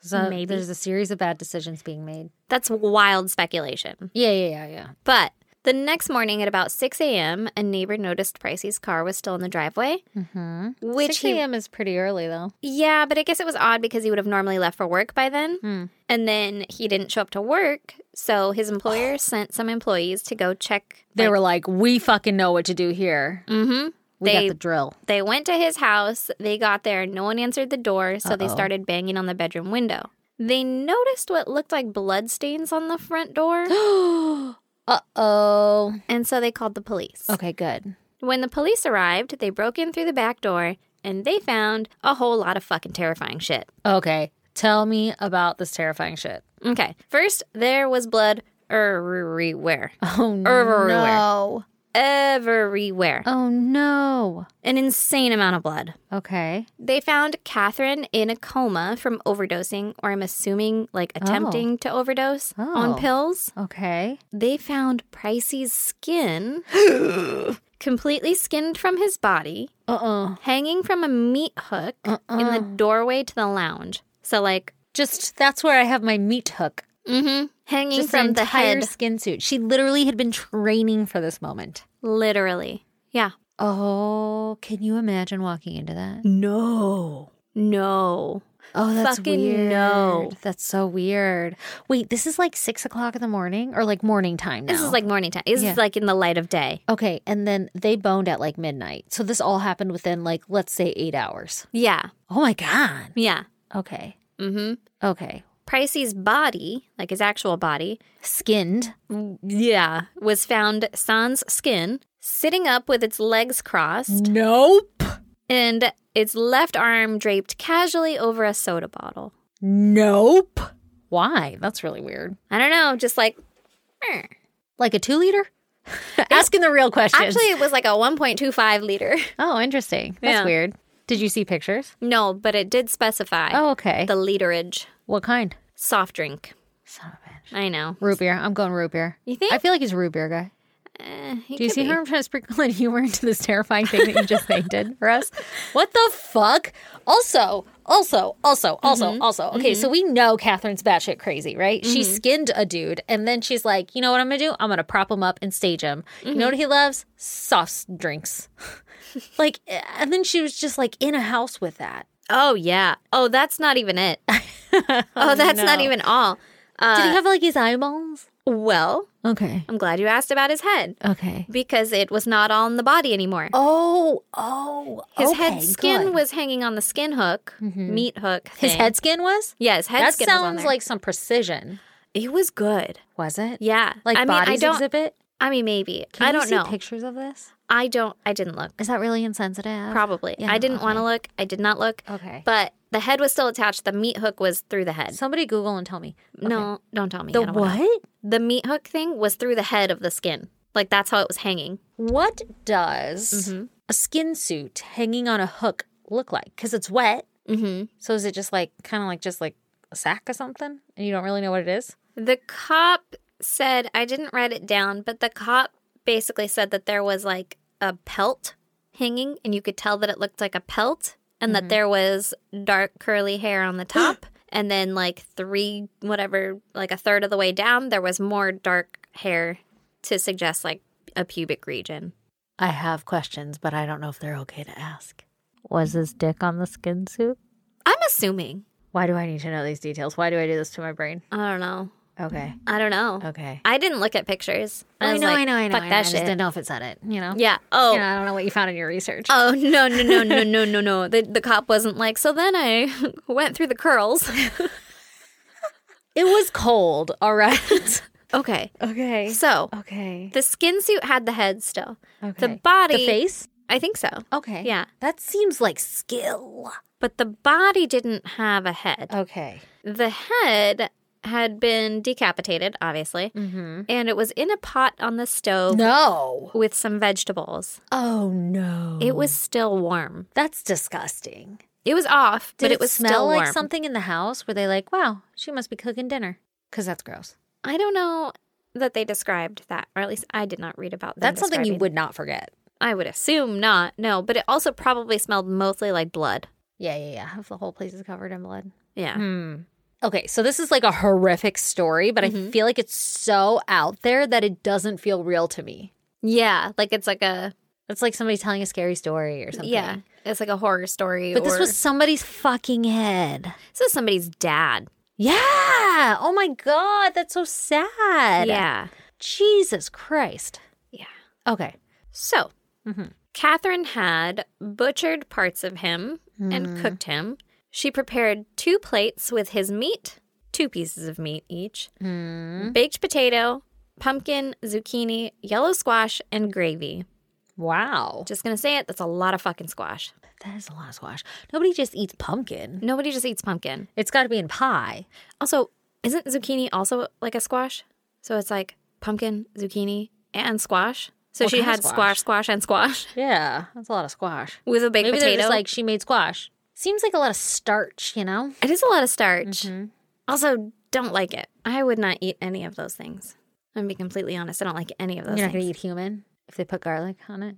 A: So
B: Maybe.
A: there's a series of bad decisions being made.
B: That's wild speculation.
A: Yeah, yeah, yeah, yeah.
B: But the next morning at about 6 a.m., a neighbor noticed Pricey's car was still in the driveway,
A: Mm-hmm.
B: which
A: 6
B: he.
A: a.m. is pretty early though.
B: Yeah, but I guess it was odd because he would have normally left for work by then.
A: Hmm.
B: And then he didn't show up to work. So his employer sent some employees to go check.
A: They were like, "We fucking know what to do here.
B: Mm-hmm.
A: We
B: They-
A: got the drill."
B: They went to his house. They got there. No one answered the door. So they
A: Uh-oh.
B: started banging on the bedroom window. They noticed what looked like bloodstains on the front door.
A: uh oh.
B: and so they called the police.
A: Okay, good.
B: When the police arrived, they broke in through the back door and they found a whole lot of fucking terrifying shit.
A: Okay, tell me about this terrifying shit.
B: Okay, first, there was blood everywhere.
A: Oh
B: no. Everywhere.
A: Oh no.
B: An insane amount of blood.
A: Okay.
B: They found Catherine in a coma from overdosing, or I'm assuming like attempting to overdose
A: Oh.
B: on pills.
A: Okay.
B: They found Pricey's skin completely skinned from his body.
A: Uh uh
B: hanging from a meat hook in the doorway to the lounge. So like,
A: Just that's where I have my meat hook.
B: mm-hmm, hanging
A: Just
B: from
A: the
B: the
A: entire
B: head,
A: skin suit. She literally had been training for this moment.
B: literally. Yeah.
A: Oh, can you imagine walking into that?
B: No. No.
A: Oh, that's
B: Fucking
A: weird.
B: no.
A: That's so weird. Wait, this is like six o'clock in the morning or like morning time now.
B: This is like morning time. This
A: Yeah.
B: is like in the light of day.
A: okay, and then they boned at like midnight. So this all happened within like let's say eight hours.
B: Yeah.
A: Oh my god.
B: Yeah.
A: Okay,
B: Mm-hmm.
A: okay.
B: Pricey's body, like his actual body,
A: Skinned.
B: yeah, was found sans skin, sitting up with its legs crossed
A: Nope.
B: and its left arm draped casually over a soda bottle.
A: Nope. Why? That's really weird.
B: I don't know, just like, "Meh."
A: Like a two liter? Asking the real questions.
B: Actually, it was like a 1.25 liter.
A: oh, interesting. That's
B: Yeah.
A: weird. Did you see pictures?
B: No, but it did specify
A: Oh, okay.
B: the literage.
A: what kind?
B: Soft drink.
A: Son of a bitch.
B: I know.
A: Root beer. I'm going root beer.
B: You think?
A: I feel like he's a root beer guy.
B: Eh, he
A: Do you
B: could
A: see
B: be.
A: how I'm trying to sprinkle in humor into this terrifying thing that you just painted for us? What the fuck? Also, also, also, also,
B: Mm-hmm.
A: also. Okay, so we know Catherine's batshit crazy, right? She skinned a dude, and then she's like, you know what I'm gonna do? I'm gonna prop him up and stage him. You know what
B: Mm-hmm.
A: he loves? Soft drinks. like, eh, and then she was just like in a house with that.
B: Oh, yeah. Oh, that's not even it. oh, that's not
A: no.
B: even all.
A: Did
B: Uh,
A: he have like his eyeballs?
B: well,
A: Okay.
B: I'm glad you asked about his head
A: Okay.
B: because it was not all in the body anymore.
A: Oh, oh.
B: his
A: okay,
B: head skin
A: good. Mm-hmm.
B: was hanging on the skin hook, meat hook.
A: his
B: thing.
A: head skin was.
B: Yeah, his head
A: That
B: skin was on
A: sounds
B: there.
A: like some precision.
B: it was good.
A: Was it?
B: Yeah.
A: Like
B: I mean,
A: bodies
B: I don't,
A: exhibit?
B: I mean, maybe. I
A: you
B: don't
A: see
B: know.
A: Pictures of this?
B: I don't. I didn't look.
A: Is that really insensitive?
B: Probably.
A: Yeah,
B: I didn't want to look. I did not look.
A: Okay.
B: But the head was still attached. The meat hook was through the head.
A: Somebody Google and tell me.
B: No, don't tell me.
A: The
B: I don't wanna-
A: what?
B: The meat hook thing was through the head of the skin. Like that's how it was hanging.
A: What does a skin suit hanging on a hook look like? Because it's wet.
B: Mm-hmm.
A: So is it just like kind of like just like a sack or something, and you don't really know what it is?
B: The cop said I didn't write it down, but the cop basically said that there was like a pelt hanging, and you could tell that it looked like a pelt, and
A: Mm-hmm.
B: that there was dark curly hair on the top, and then like three whatever, like a third of the way down, there was more dark hair to suggest like a pubic region.
A: I have questions, but I don't know if they're okay to ask. Was his dick on the skin suit?
B: I'm assuming.
A: Why do I need to know these details? Why do I do this to my brain?
B: I don't know.
A: Okay.
B: I don't know.
A: Okay.
B: I didn't look at pictures.
A: I,
B: was
A: know,
B: like,
A: I know, I know,
B: Fuck
A: I know. I
B: that
A: just
B: shit.
A: didn't know if it said it, you know?
B: Yeah. Oh.
A: You know, I don't know what you found in your research.
B: Oh no no no no no no no! The the cop wasn't like. So then I went through the curls.
A: It was cold, all right.
B: okay.
A: okay.
B: So
A: Okay.
B: the skin suit had the head still.
A: Okay.
B: The body.
A: The face?
B: I think so.
A: Okay.
B: Yeah.
A: That seems like skill.
B: But the body didn't have a head.
A: Okay.
B: The head had been decapitated, obviously, and it was in a pot on the stove
A: Mm-hmm. No.
B: with some vegetables.
A: Oh no.
B: It was still warm.
A: That's disgusting.
B: It was off,
A: Did
B: but it was
A: smell
B: still
A: like
B: warm.
A: something in the house? Were they like, wow, she must be cooking dinner? Because that's gross.
B: I don't know that they described that, or at least I did not read about that.
A: That's something you would not forget.
B: I would assume not. No, but it also probably smelled mostly like blood.
A: Yeah, yeah, yeah. If the whole place is covered in blood. Hmm.
B: Yeah.
A: Ah. Okay, so this is like a horrific story, but I feel like it's so out there that it doesn't feel real to me.
B: Yeah. Like it's like a,
A: It's like somebody telling a scary story or something.
B: yeah. It's like a horror story.
A: But this
B: or-
A: was somebody's fucking head.
B: this is somebody's dad.
A: Yeah. Oh my God. That's so sad.
B: Yeah.
A: Jesus Christ.
B: Yeah.
A: Okay.
B: So
A: Mm-hmm.
B: Catherine had butchered parts of him
A: Hmm.
B: and cooked him. She prepared two plates with his meat, two pieces of meat each,
A: Hmm.
B: baked potato, pumpkin, zucchini, yellow squash, and gravy.
A: Wow.
B: Just gonna say it, that's a lot of fucking squash.
A: That is a lot of squash. Nobody just eats pumpkin.
B: Nobody just eats pumpkin.
A: It's got to be in pie.
B: Also, isn't zucchini also like a squash? So it's like pumpkin, zucchini, and squash. So
A: What
B: she
A: kind of
B: had
A: squash?
B: squash? squash, and squash
A: Yeah. That's a lot of squash.
B: with a baked
A: Maybe they're
B: potato.
A: just like, she made squash. Seems like a lot of starch, you know?
B: it is a lot of starch.
A: Mm-hmm.
B: Also, don't like it. I would not eat any of those things. I'm gonna be completely honest. I don't like any of those
A: You're not
B: things.
A: going to eat human if they put garlic on it.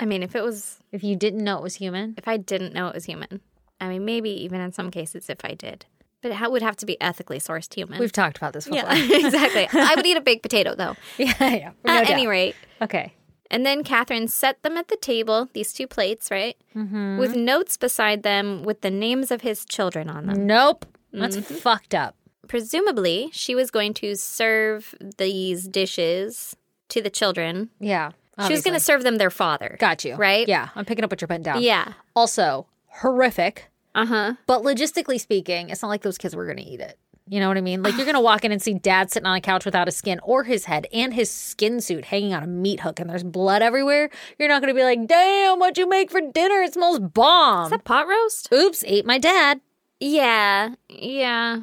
B: I mean, if it was,
A: If you didn't know it was human.
B: if I didn't know it was human, I mean, maybe even in some cases, if I did, but it ha- would have to be ethically sourced human.
A: We've talked about this before. Uh,
B: yeah, exactly. I would eat a baked potato though.
A: yeah. yeah. No
B: At
A: doubt.
B: any rate,
A: Okay.
B: And then Catherine set them at the table, these two plates, right?
A: Mm-hmm.
B: With notes beside them with the names of his children on them.
A: Nope. That's fucked up.
B: Presumably, she was going to serve these dishes to the children.
A: Yeah.
B: She was going to serve them their father.
A: Um, Got you.
B: Right?
A: Yeah. I'm picking up what you're putting down.
B: Yeah.
A: Also, horrific.
B: Uh huh.
A: But logistically speaking, it's not like those kids were going to eat it. You know what I mean? Like you're going to walk in and see dad sitting on a couch without a skin or his head and his skin suit hanging on a meat hook and there's blood everywhere. You're not going to be like, damn, what you make for dinner? It smells bomb.
B: That pot roast?
A: Oops, ate my dad.
B: Yeah. Yeah.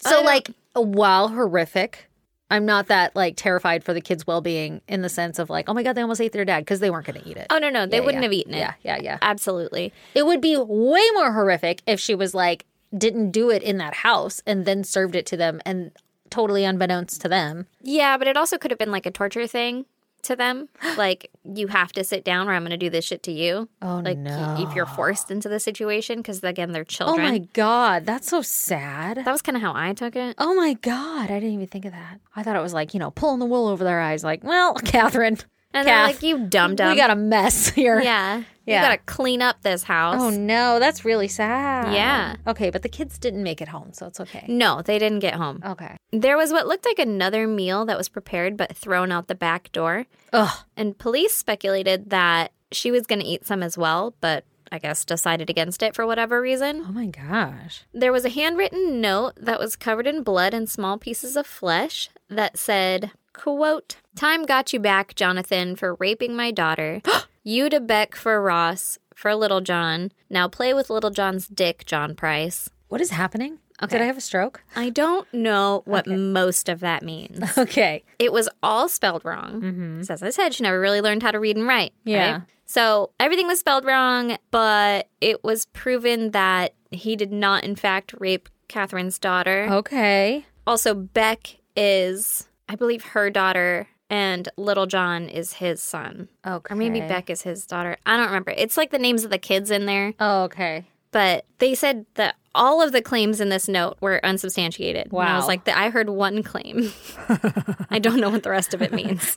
A: So,
B: don't-
A: like, while horrific, I'm not that like terrified for the kids' well being in the sense of like, oh my God, they almost ate their dad because they weren't going to eat it.
B: Oh, no, no. They
A: Yeah,
B: wouldn't
A: yeah.
B: have eaten it.
A: Yeah, yeah, yeah.
B: Absolutely.
A: It would be way more horrific if she was like, didn't do it in that house and then served it to them and totally unbeknownst to them.
B: Yeah, but it also could have been like a torture thing to them. Like, you have to sit down or I'm going to do this shit to you.
A: Oh,
B: like
A: no.
B: if you're forced into the situation because again they're
A: Oh
B: children
A: my God. That's so sad.
B: that was kind of how i took it
A: Oh my God. I didn't even think of that. I thought it was like, you know, pulling the wool over their eyes. Like, well, Catherine.
B: and they're
A: Kath,
B: like you dumb dumb
A: we got a mess here.
B: yeah
A: Yeah.
B: you gotta clean up this house
A: Oh no, that's really sad.
B: Yeah.
A: Okay, but the kids didn't make it home, so it's okay.
B: no they didn't get home
A: Okay.
B: there was what looked like another meal that was prepared but thrown out the back door
A: Ugh.
B: and police speculated that she was gonna eat some as well but I guess decided against it for whatever reason.
A: Oh my gosh.
B: There was a handwritten note that was covered in blood and small pieces of flesh that said, Quote Time got you back, Jonathan, for raping my daughter. you to Beck for Ross, for Little John. Now play with Little John's dick, John Price.
A: What is happening? Did I have a stroke?
B: I don't know what most of that means.
A: Okay.
B: It was all spelled wrong. So as I said, she never really learned how to read and write.
A: Mm-hmm. Yeah.
B: right? So everything was spelled wrong, but it was proven that he did not, in fact, rape Catherine's
A: Oh.
B: daughter.
A: Okay.
B: Also, Beck is, I believe, her daughter, and Little John is his son.
A: Okay.
B: Or maybe Beck is his daughter. I don't remember. It's like the names of the kids in there,
A: Oh, okay.
B: but they said that all of the claims in this note were unsubstantiated. And I was
A: Wow.
B: like, I heard one claim. I don't know what the rest of it means.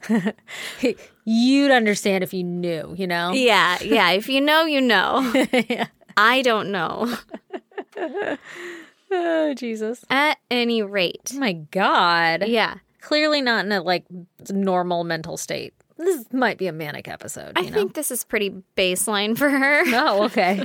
A: You'd understand if you knew, you know?
B: Yeah, yeah. If you know, you know. I don't know.
A: Oh, Jesus.
B: At any rate,
A: Oh my God.
B: yeah.
A: Clearly not in a like normal mental state. This might be a manic episode.
B: I
A: you know?
B: think this is pretty baseline for her.
A: Oh, okay.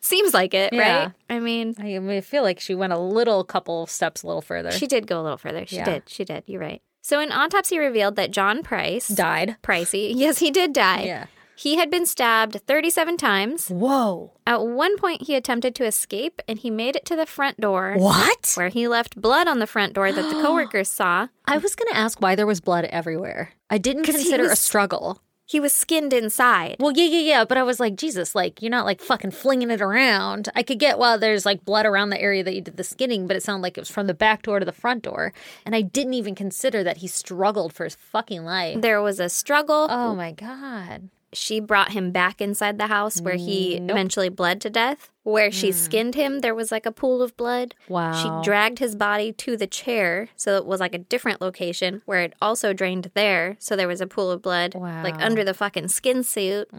B: Seems like it,
A: Yeah.
B: right? I mean,
A: I, mean, I feel like she went a little couple steps a little further.
B: she did go a little further. She
A: Yeah.
B: did. She did. You're right. So an autopsy revealed that John Price,
A: died.
B: Pricey, yes, he did die.
A: Yeah.
B: He had been stabbed 37 times.
A: Whoa.
B: At one point, he attempted to escape and he made it to the front door,
A: What?
B: where he left blood on the front door that the coworkers saw.
A: I was going to ask why there was blood everywhere. I didn't
B: 'Cause he
A: consider a
B: was-
A: struggle.
B: He was skinned inside.
A: Well, yeah, yeah, yeah. But I was like, Jesus, like, you're not like fucking flinging it around. I could get, well, there's like blood around the area that you did the skinning, but it sounded like it was from the back door to the front door. And I didn't even consider that he struggled for his fucking life.
B: There was a struggle.
A: Oh my God.
B: she brought him back inside the house where
A: Mm,
B: he eventually bled to death. Where she skinned him, there was like a pool of blood.
A: Wow.
B: She dragged his body to the chair, so it was like a different location where it also drained there. So there was a pool of blood, like
A: Wow. Mm.
B: under the fucking skin suit.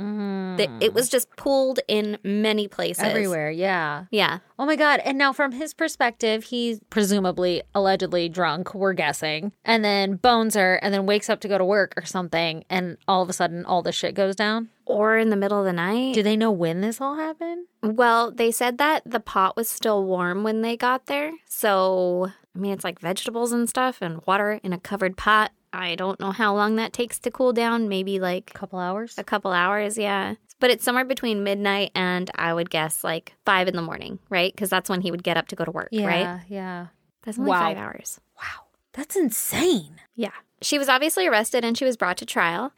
B: Th- It was just pooled in many places.
A: Mm-hmm. Everywhere, yeah.
B: Yeah.
A: Oh my God. And now, from his perspective, he's presumably, allegedly drunk, we're guessing, and then bones her and then wakes up to go to work or something. And all of a sudden, all this shit goes down.
B: Or in the middle of the night.
A: Do they know when this all happened?
B: Well, they said that the pot was still warm when they got there. So, I mean, it's like vegetables and stuff and water in a covered pot. I don't know how long that takes to cool down, maybe like
A: A couple hours?
B: a couple hours, yeah. But it's somewhere between midnight and I would guess like five in the morning, right? Because that's when he would get up to go to work,
A: Yeah,
B: right?
A: yeah.
B: That's only
A: Wow.
B: five hours.
A: Wow. That's insane.
B: Yeah. She was obviously arrested and she was brought to trial.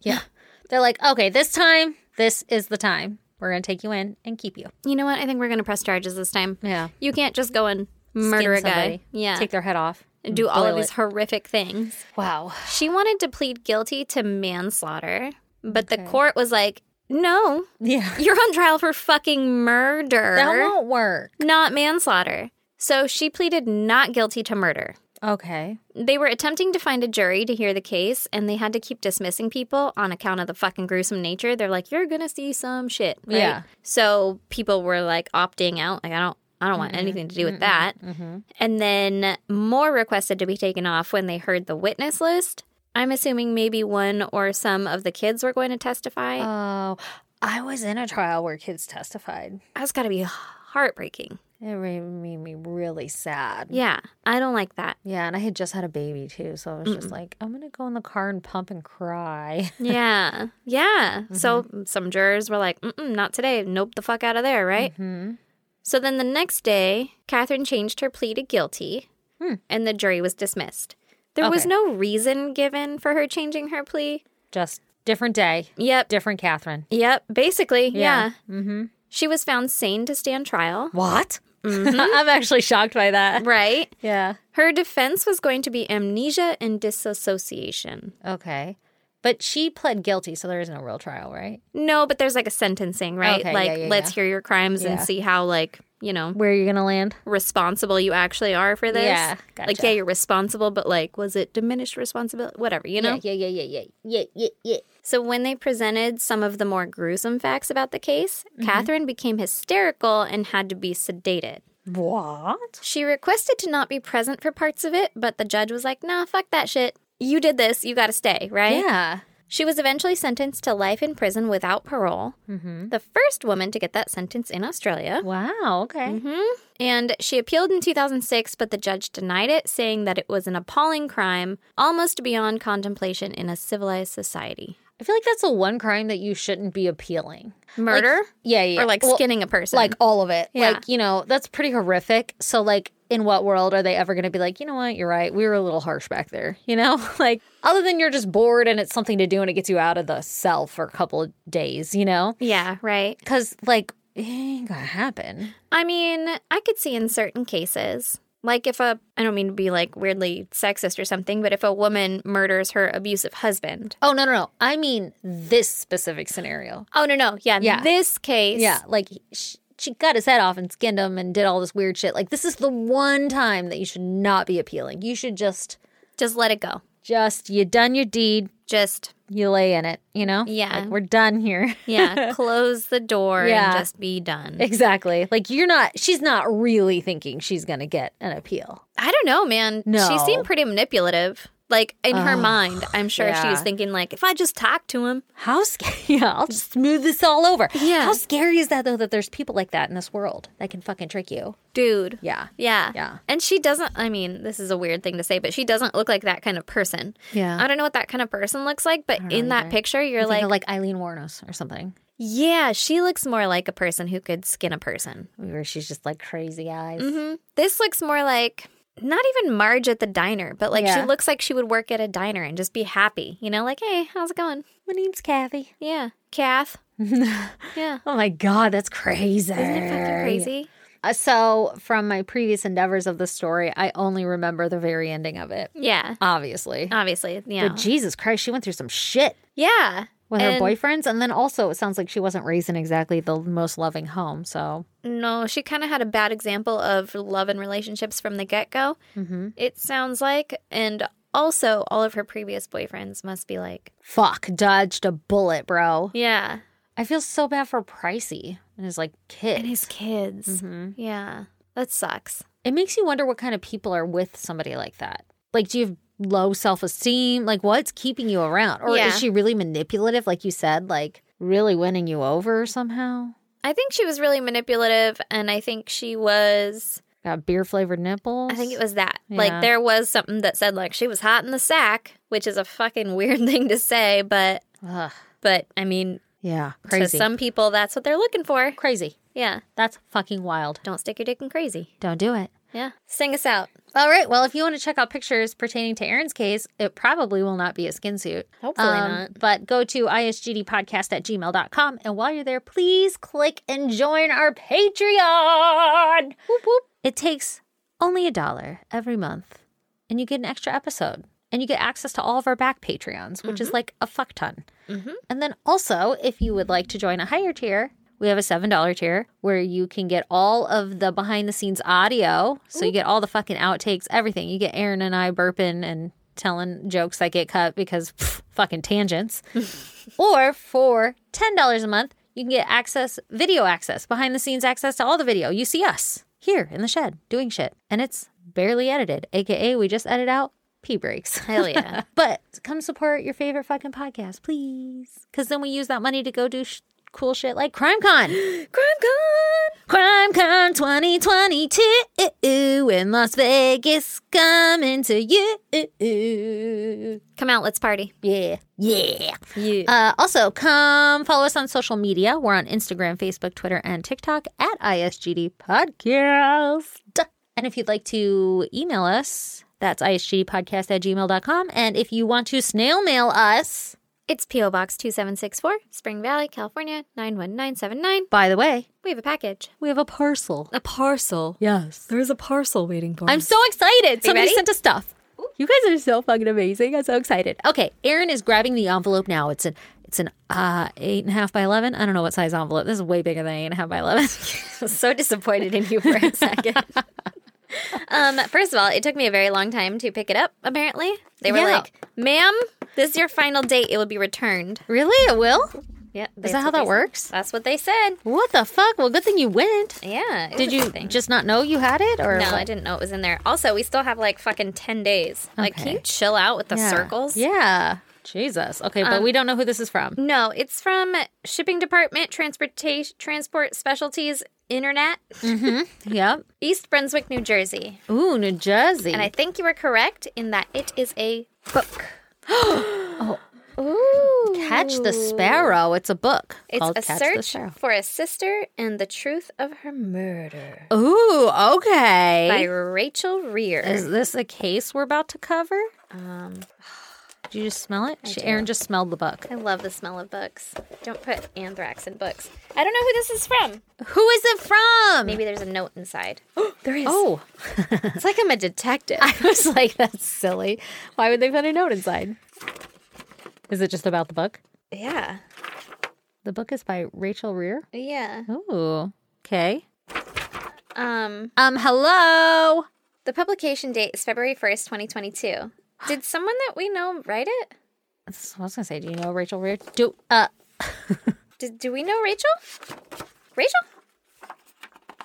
A: Yeah. They're like, okay, this time, this is the time. We're going to take you in and keep you.
B: You know what? I think we're going to press charges this time.
A: Yeah.
B: You can't just go and murder
A: Skin
B: a guy.
A: somebody,
B: Yeah.
A: Take their head off.
B: and do all of
A: boil
B: these horrific things.
A: Wow.
B: She wanted to plead guilty to manslaughter, but the court was like, no,
A: Yeah.
B: you're on trial for fucking murder,
A: That won't work.
B: not manslaughter. So she pleaded not guilty to murder.
A: Okay.
B: They were attempting to find a jury to hear the case, and they had to keep dismissing people on account of the fucking gruesome nature. They're like, you're gonna see some shit. Right?
A: Yeah.
B: So people were like opting out. Like, I don't. I don't want anything to do with that. And then more requested to be taken off when they heard the witness list. I'm assuming maybe one or some of the kids were going to testify.
A: Oh, I was in a trial where kids testified.
B: That's got to be heartbreaking.
A: It re- made me really sad. Yeah.
B: Yeah, I don't like that.
A: and I had just had a baby too, so I was just like, I'm gonna go in the car and pump and cry.
B: Yeah, yeah. So
A: Mm-hmm.
B: some jurors were like, Mm-mm, not today. Nope, the fuck out of there, right?
A: Mm-hmm.
B: So then the next day, Catherine changed her plea to guilty, and the jury was dismissed. There was
A: Hmm. Okay.
B: no reason given for her changing her plea.
A: Just different day,
B: Yep.
A: different Catherine.
B: Yep, basically, yeah.
A: Yeah.
B: Mm-hmm. She was found sane to stand trial,
A: What? I'm actually shocked by that.
B: right?
A: Mm-hmm. Yeah.
B: Her defense was going to be amnesia and disassociation.
A: Okay. But she pled guilty, so there is no real trial, right?
B: No, but there's like a sentencing, right?
A: Okay,
B: like,
A: yeah, yeah,
B: let's
A: yeah.
B: hear your crimes and
A: Yeah.
B: see how, like, you know,
A: Where are you gonna land?
B: responsible you actually are for this.
A: Yeah,
B: Like,
A: gotcha.
B: yeah, you're responsible, but like, was it diminished responsibility? Whatever, you know?
A: Yeah, yeah, yeah, yeah, yeah, yeah, yeah.
B: So, when they presented some of the more gruesome facts about the case, Catherine became hysterical and had to be sedated.
A: What?
B: She requested to not be present for parts of it, but the judge was like, nah, fuck that shit. You did this, you gotta stay, right?
A: Yeah.
B: She was eventually sentenced to life in prison without parole, the first woman to get that sentence in Australia.
A: Wow. Okay.
B: Mhm. And she appealed in 2006, but the judge denied it, saying that it was an appalling crime, almost beyond contemplation in a civilized society.
A: I feel like that's the one crime that you shouldn't be appealing.
B: Murder?
A: Like, yeah, yeah.
B: or like
A: Well,
B: skinning a person?
A: like all of it.
B: Yeah.
A: Like, you know, that's pretty horrific. So like in what world are they ever going to be like, you know what, you're right. We were a little harsh back there, you know? Like other than you're just bored and it's something to do and it gets you out of the cell for a couple of days, you know?
B: yeah, right.
A: Cuz like it ain't going to happen.
B: I mean, I could see in certain cases, like if a, I don't mean to be like weirdly sexist or something, but if a woman murders her abusive husband.
A: Oh, no, no, no. I mean this specific scenario.
B: Oh, no, no. Yeah. in
A: Yeah.
B: This case.
A: Yeah, like she, she cut his head off and skinned him and did all this weird shit. Like this is the one time that you should not be appealing. You should just
B: Just let it go.
A: just you done your deed,
B: Just,
A: you lay in it, you know?
B: Yeah.
A: Like, we're done here.
B: yeah, close the door
A: Yeah.
B: and just be done.
A: exactly. Like you're not she's not really thinking she's going to get an appeal.
B: I don't know, man. She
A: No.
B: seemed pretty manipulative. Like in her mind, I'm sure she
A: yeah.
B: was thinking like, if I just talk to him,
A: How scary. Yeah, I'll just smooth this all over.
B: Yeah.
A: How scary is that though that there's people like that in this world that can fucking trick you?
B: dude.
A: Yeah.
B: Yeah.
A: Yeah.
B: And she doesn't, I mean, this is a weird thing to say, but she doesn't look like that kind of person.
A: Yeah.
B: I don't know what that kind of person looks like, but
A: know
B: in that
A: either.
B: picture, you're
A: Like,
B: like,
A: like Eileen Warnos or something.
B: yeah, she looks more like a person who could skin a person.
A: Where she's just like crazy eyes.
B: hmm This looks more like not even Marge at the diner, but like
A: Yeah.
B: she looks like she would work at a diner and just be happy, you know, like, hey, how's it going?
A: My name's Kathy.
B: Yeah. Kath. yeah.
A: Oh my god, that's crazy.
B: Isn't it fucking crazy?
A: Uh, so, from my previous endeavors of the story, I only remember the very ending of it.
B: Yeah.
A: Obviously.
B: Obviously. Yeah.
A: But Jesus Christ, she went through some shit
B: yeah.
A: with her
B: And-
A: boyfriends. And then also, it sounds like she wasn't raised in exactly the most loving home. So,
B: No, she kind of had a bad example of love and relationships from the get go,
A: Mm-hmm.
B: it sounds like. And also, all of her previous boyfriends must be like,
A: fuck, dodged a bullet, bro.
B: yeah.
A: I feel so bad for Pricey and his like
B: And
A: kid.
B: his
A: Mm-hmm.
B: kids. Yeah. That sucks.
A: It makes you wonder what kind of people are with somebody like that. Like, do you have low self esteem? Like, what's keeping you around? Or
B: Yeah.
A: is she really manipulative, like you said, like really winning you over somehow?
B: I think she was really manipulative. And I think she was,
A: Got beer flavored nipples.
B: I think it was that.
A: Yeah.
B: Like, there was something that said, like, she was hot in the sack, which is a fucking weird thing to say. But,
A: Ugh.
B: but I mean,
A: Yeah,
B: to
A: crazy.
B: some people, that's what they're looking for.
A: crazy.
B: Yeah.
A: That's fucking wild.
B: Don't stick your dick in crazy.
A: Don't do it.
B: Yeah. Sing us out.
A: All right. Well, if you want to check out pictures pertaining to Aaron's case, it probably will not be a skin suit. Um,
B: Hopefully not.
A: But go to isgdpodcast at gmail.com. And while you're there, please click and join our Patreon. It takes only a dollar every month, and you get an extra episode. And you get access to all of our back Patreons, which
B: Mm-hmm.
A: is like a fuck ton. And then also, if you would like to join a higher tier, we have a $7 tier where you can get all of the behind the scenes audio. So you get all the fucking outtakes, everything. You get Aaron and I burping and telling jokes that get cut because pff, fucking tangents. or for $10 a month, you can get access, video access, behind the scenes access to all the video. You see us here in the shed doing shit. And it's barely edited, AKA, we just edit out pee breaks.
B: Hell yeah.
A: But come support your favorite fucking podcast, please. Because then we use that money to go do sh- cool shit like CrimeCon.
B: CrimeCon!
A: CrimeCon 2022 in Las Vegas coming to you.
B: Come out, let's party.
A: Yeah. Yeah.
B: Yeah.
A: Uh, also, come follow us on social media. We're on Instagram, Facebook, Twitter, and TikTok at ISGD Podcast. And if you'd like to email us, that's isgdpodcast at gmail.com. And if you want to snail mail us,
B: it's P.O. Box 2764, Spring Valley, California, 91979.
A: by the way,
B: We have a package.
A: we have a parcel.
B: A parcel.
A: Yes.
B: There's a parcel waiting for
A: I'm so excited. Somebody
B: ready?
A: sent us stuff. You guys are so fucking amazing. I'm so excited. Okay, Erin is grabbing the envelope now. It's an it's an uh eight and a half by eleven. I don't know what size envelope. This is way bigger than eight and a half by eleven.
B: I'm so disappointed in you for a second. um, first of all, it took me a very long time to pick it up, apparently. They were
A: Yeah.
B: like, ma'am, this is your final date. It will be returned.
A: really? It will?
B: Yeah.
A: Is that how that works?
B: That's what they said.
A: What the fuck? Well, good thing you went.
B: Yeah. it
A: Did
B: was
A: you
B: a thing.
A: just not know you had it, or
B: No,
A: what?
B: I didn't know it was in there. Also, we still have like fucking 10 days. Like,
A: Okay.
B: can you chill out with the
A: Yeah.
B: circles? Um,
A: Yeah, Jesus. Okay, but we don't know who this is from.
B: No, it's from Shipping Department Transportation Transport Specialties Internet,
A: Yep.
B: East Brunswick, New Jersey.
A: Ooh, New Jersey.
B: And I think you were correct in that it is a book. Ooh.
A: Oh. Catch the Sparrow. It's a book
B: It's
A: called
B: a
A: Catch the
B: search
A: Sparrow.
B: for a sister and the truth of her murder
A: Ooh, okay.
B: by Rachel Rear.
A: Is this a case we're about to cover?
B: Um,
A: Did you just smell it? She, Aaron just smelled the book.
B: I love the smell of books. Don't put anthrax in books. I don't know who this is from.
A: Who is it from?
B: Maybe there's a note inside.
A: there is. Oh,
B: It's like I'm a detective.
A: I was like, that's silly. Why would they put a note inside? Is it just about the book?
B: Yeah.
A: The book is by Rachel Rear.
B: Yeah.
A: Ooh, okay.
B: Um,
A: Um, hello.
B: the publication date is February 1st, 2022. Did someone that we know write it?
A: That's what I was gonna say. Do you know Rachel Rear? Do uh,
B: Did, do we know Rachel? Rachel?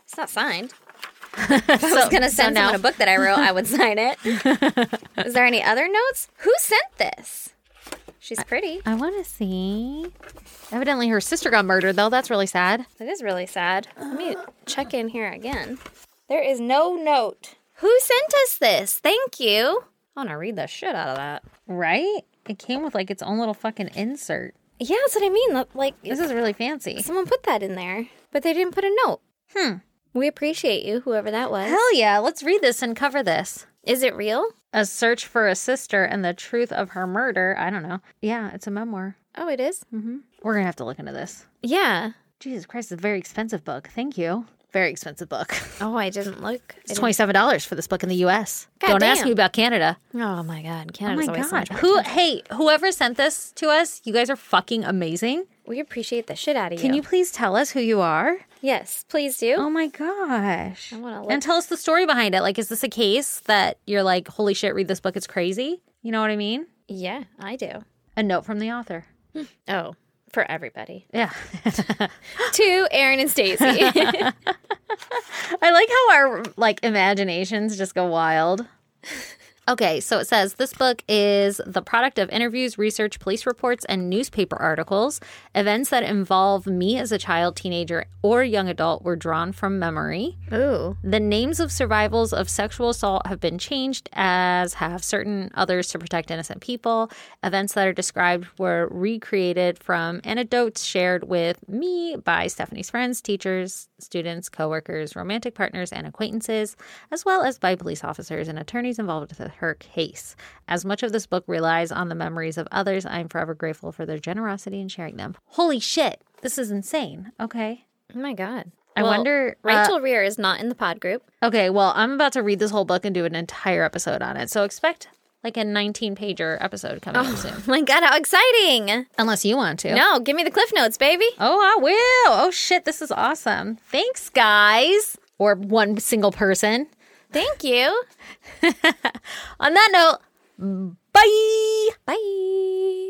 B: It's not signed. If I was going to send someone a book that I wrote, I would sign it. is there any other notes? Who sent this? She's pretty.
A: I want to see. Evidently, her sister got murdered, though. That's really sad.
B: That is really sad. Let me check in here again. There is no note. Who sent us this? Thank you. I want to read the shit out of that.
A: Right? It came with like its own little fucking insert.
B: Yeah, that's what I mean. Look, Like,
A: This is really fancy.
B: someone put that in there, but they didn't put a note.
A: Hmm.
B: We appreciate you, whoever that was.
A: Hell yeah. Let's read this and cover this.
B: Is it real?
A: A search for a sister and the truth of her murder. I don't know. Yeah, it's a memoir.
B: Oh, it is?
A: We're gonna have to look into this.
B: Yeah.
A: Jesus Christ, it's a very expensive book. Thank you. Very expensive book.
B: Oh, I didn't look. I
A: It's
B: didn't-
A: twenty seven dollars for this book in the U.S.
B: God
A: don't ask
B: damn.
A: me about Canada.
B: Oh, my God.
A: Oh
B: Canada's
A: my
B: always
A: God.
B: so much.
A: Who? Hey, whoever sent this to us, you guys are fucking amazing.
B: We appreciate the shit out of you.
A: Can you please tell us who you are?
B: Yes, please do.
A: Oh my gosh.
B: wanna look.
A: And tell us the story behind it. Like, is this a case that you're like, holy shit, read this book, it's crazy? You know what I mean?
B: Yeah, I do.
A: A note from the author.
B: Oh, for everybody.
A: Yeah.
B: to Aaron and Stacey.
A: I like how our like imaginations just go wild. Okay, so it says this book is the product of interviews, research, police reports, and newspaper articles. Events that involve me as a child, teenager, or young adult were drawn from memory.
B: Ooh. oh
A: The names of survivals of sexual assault have been changed, as have certain others to protect innocent people. Events that are described were recreated from anecdotes shared with me by Stephanie's friends, teachers, students, coworkers, romantic partners, and acquaintances, as well as by police officers and attorneys involved with her case. As much of this book relies on the memories of others, I am forever grateful for their generosity in sharing them. Holy shit, this is insane. Okay.
B: Oh my god.
A: I wonder, uh,
B: Rachel Rear is not in the pod group.
A: Okay, well, I'm about to read this whole book and do an entire episode on it. So expect like a 19 pager episode coming up soon.
B: Oh my god, how exciting!
A: Unless you want to.
B: No, give me the cliff notes, baby.
A: Oh, I will. Oh, shit. This is awesome. Thanks, guys. Or one single person.
B: Thank you.
A: On that note, bye.
B: Bye.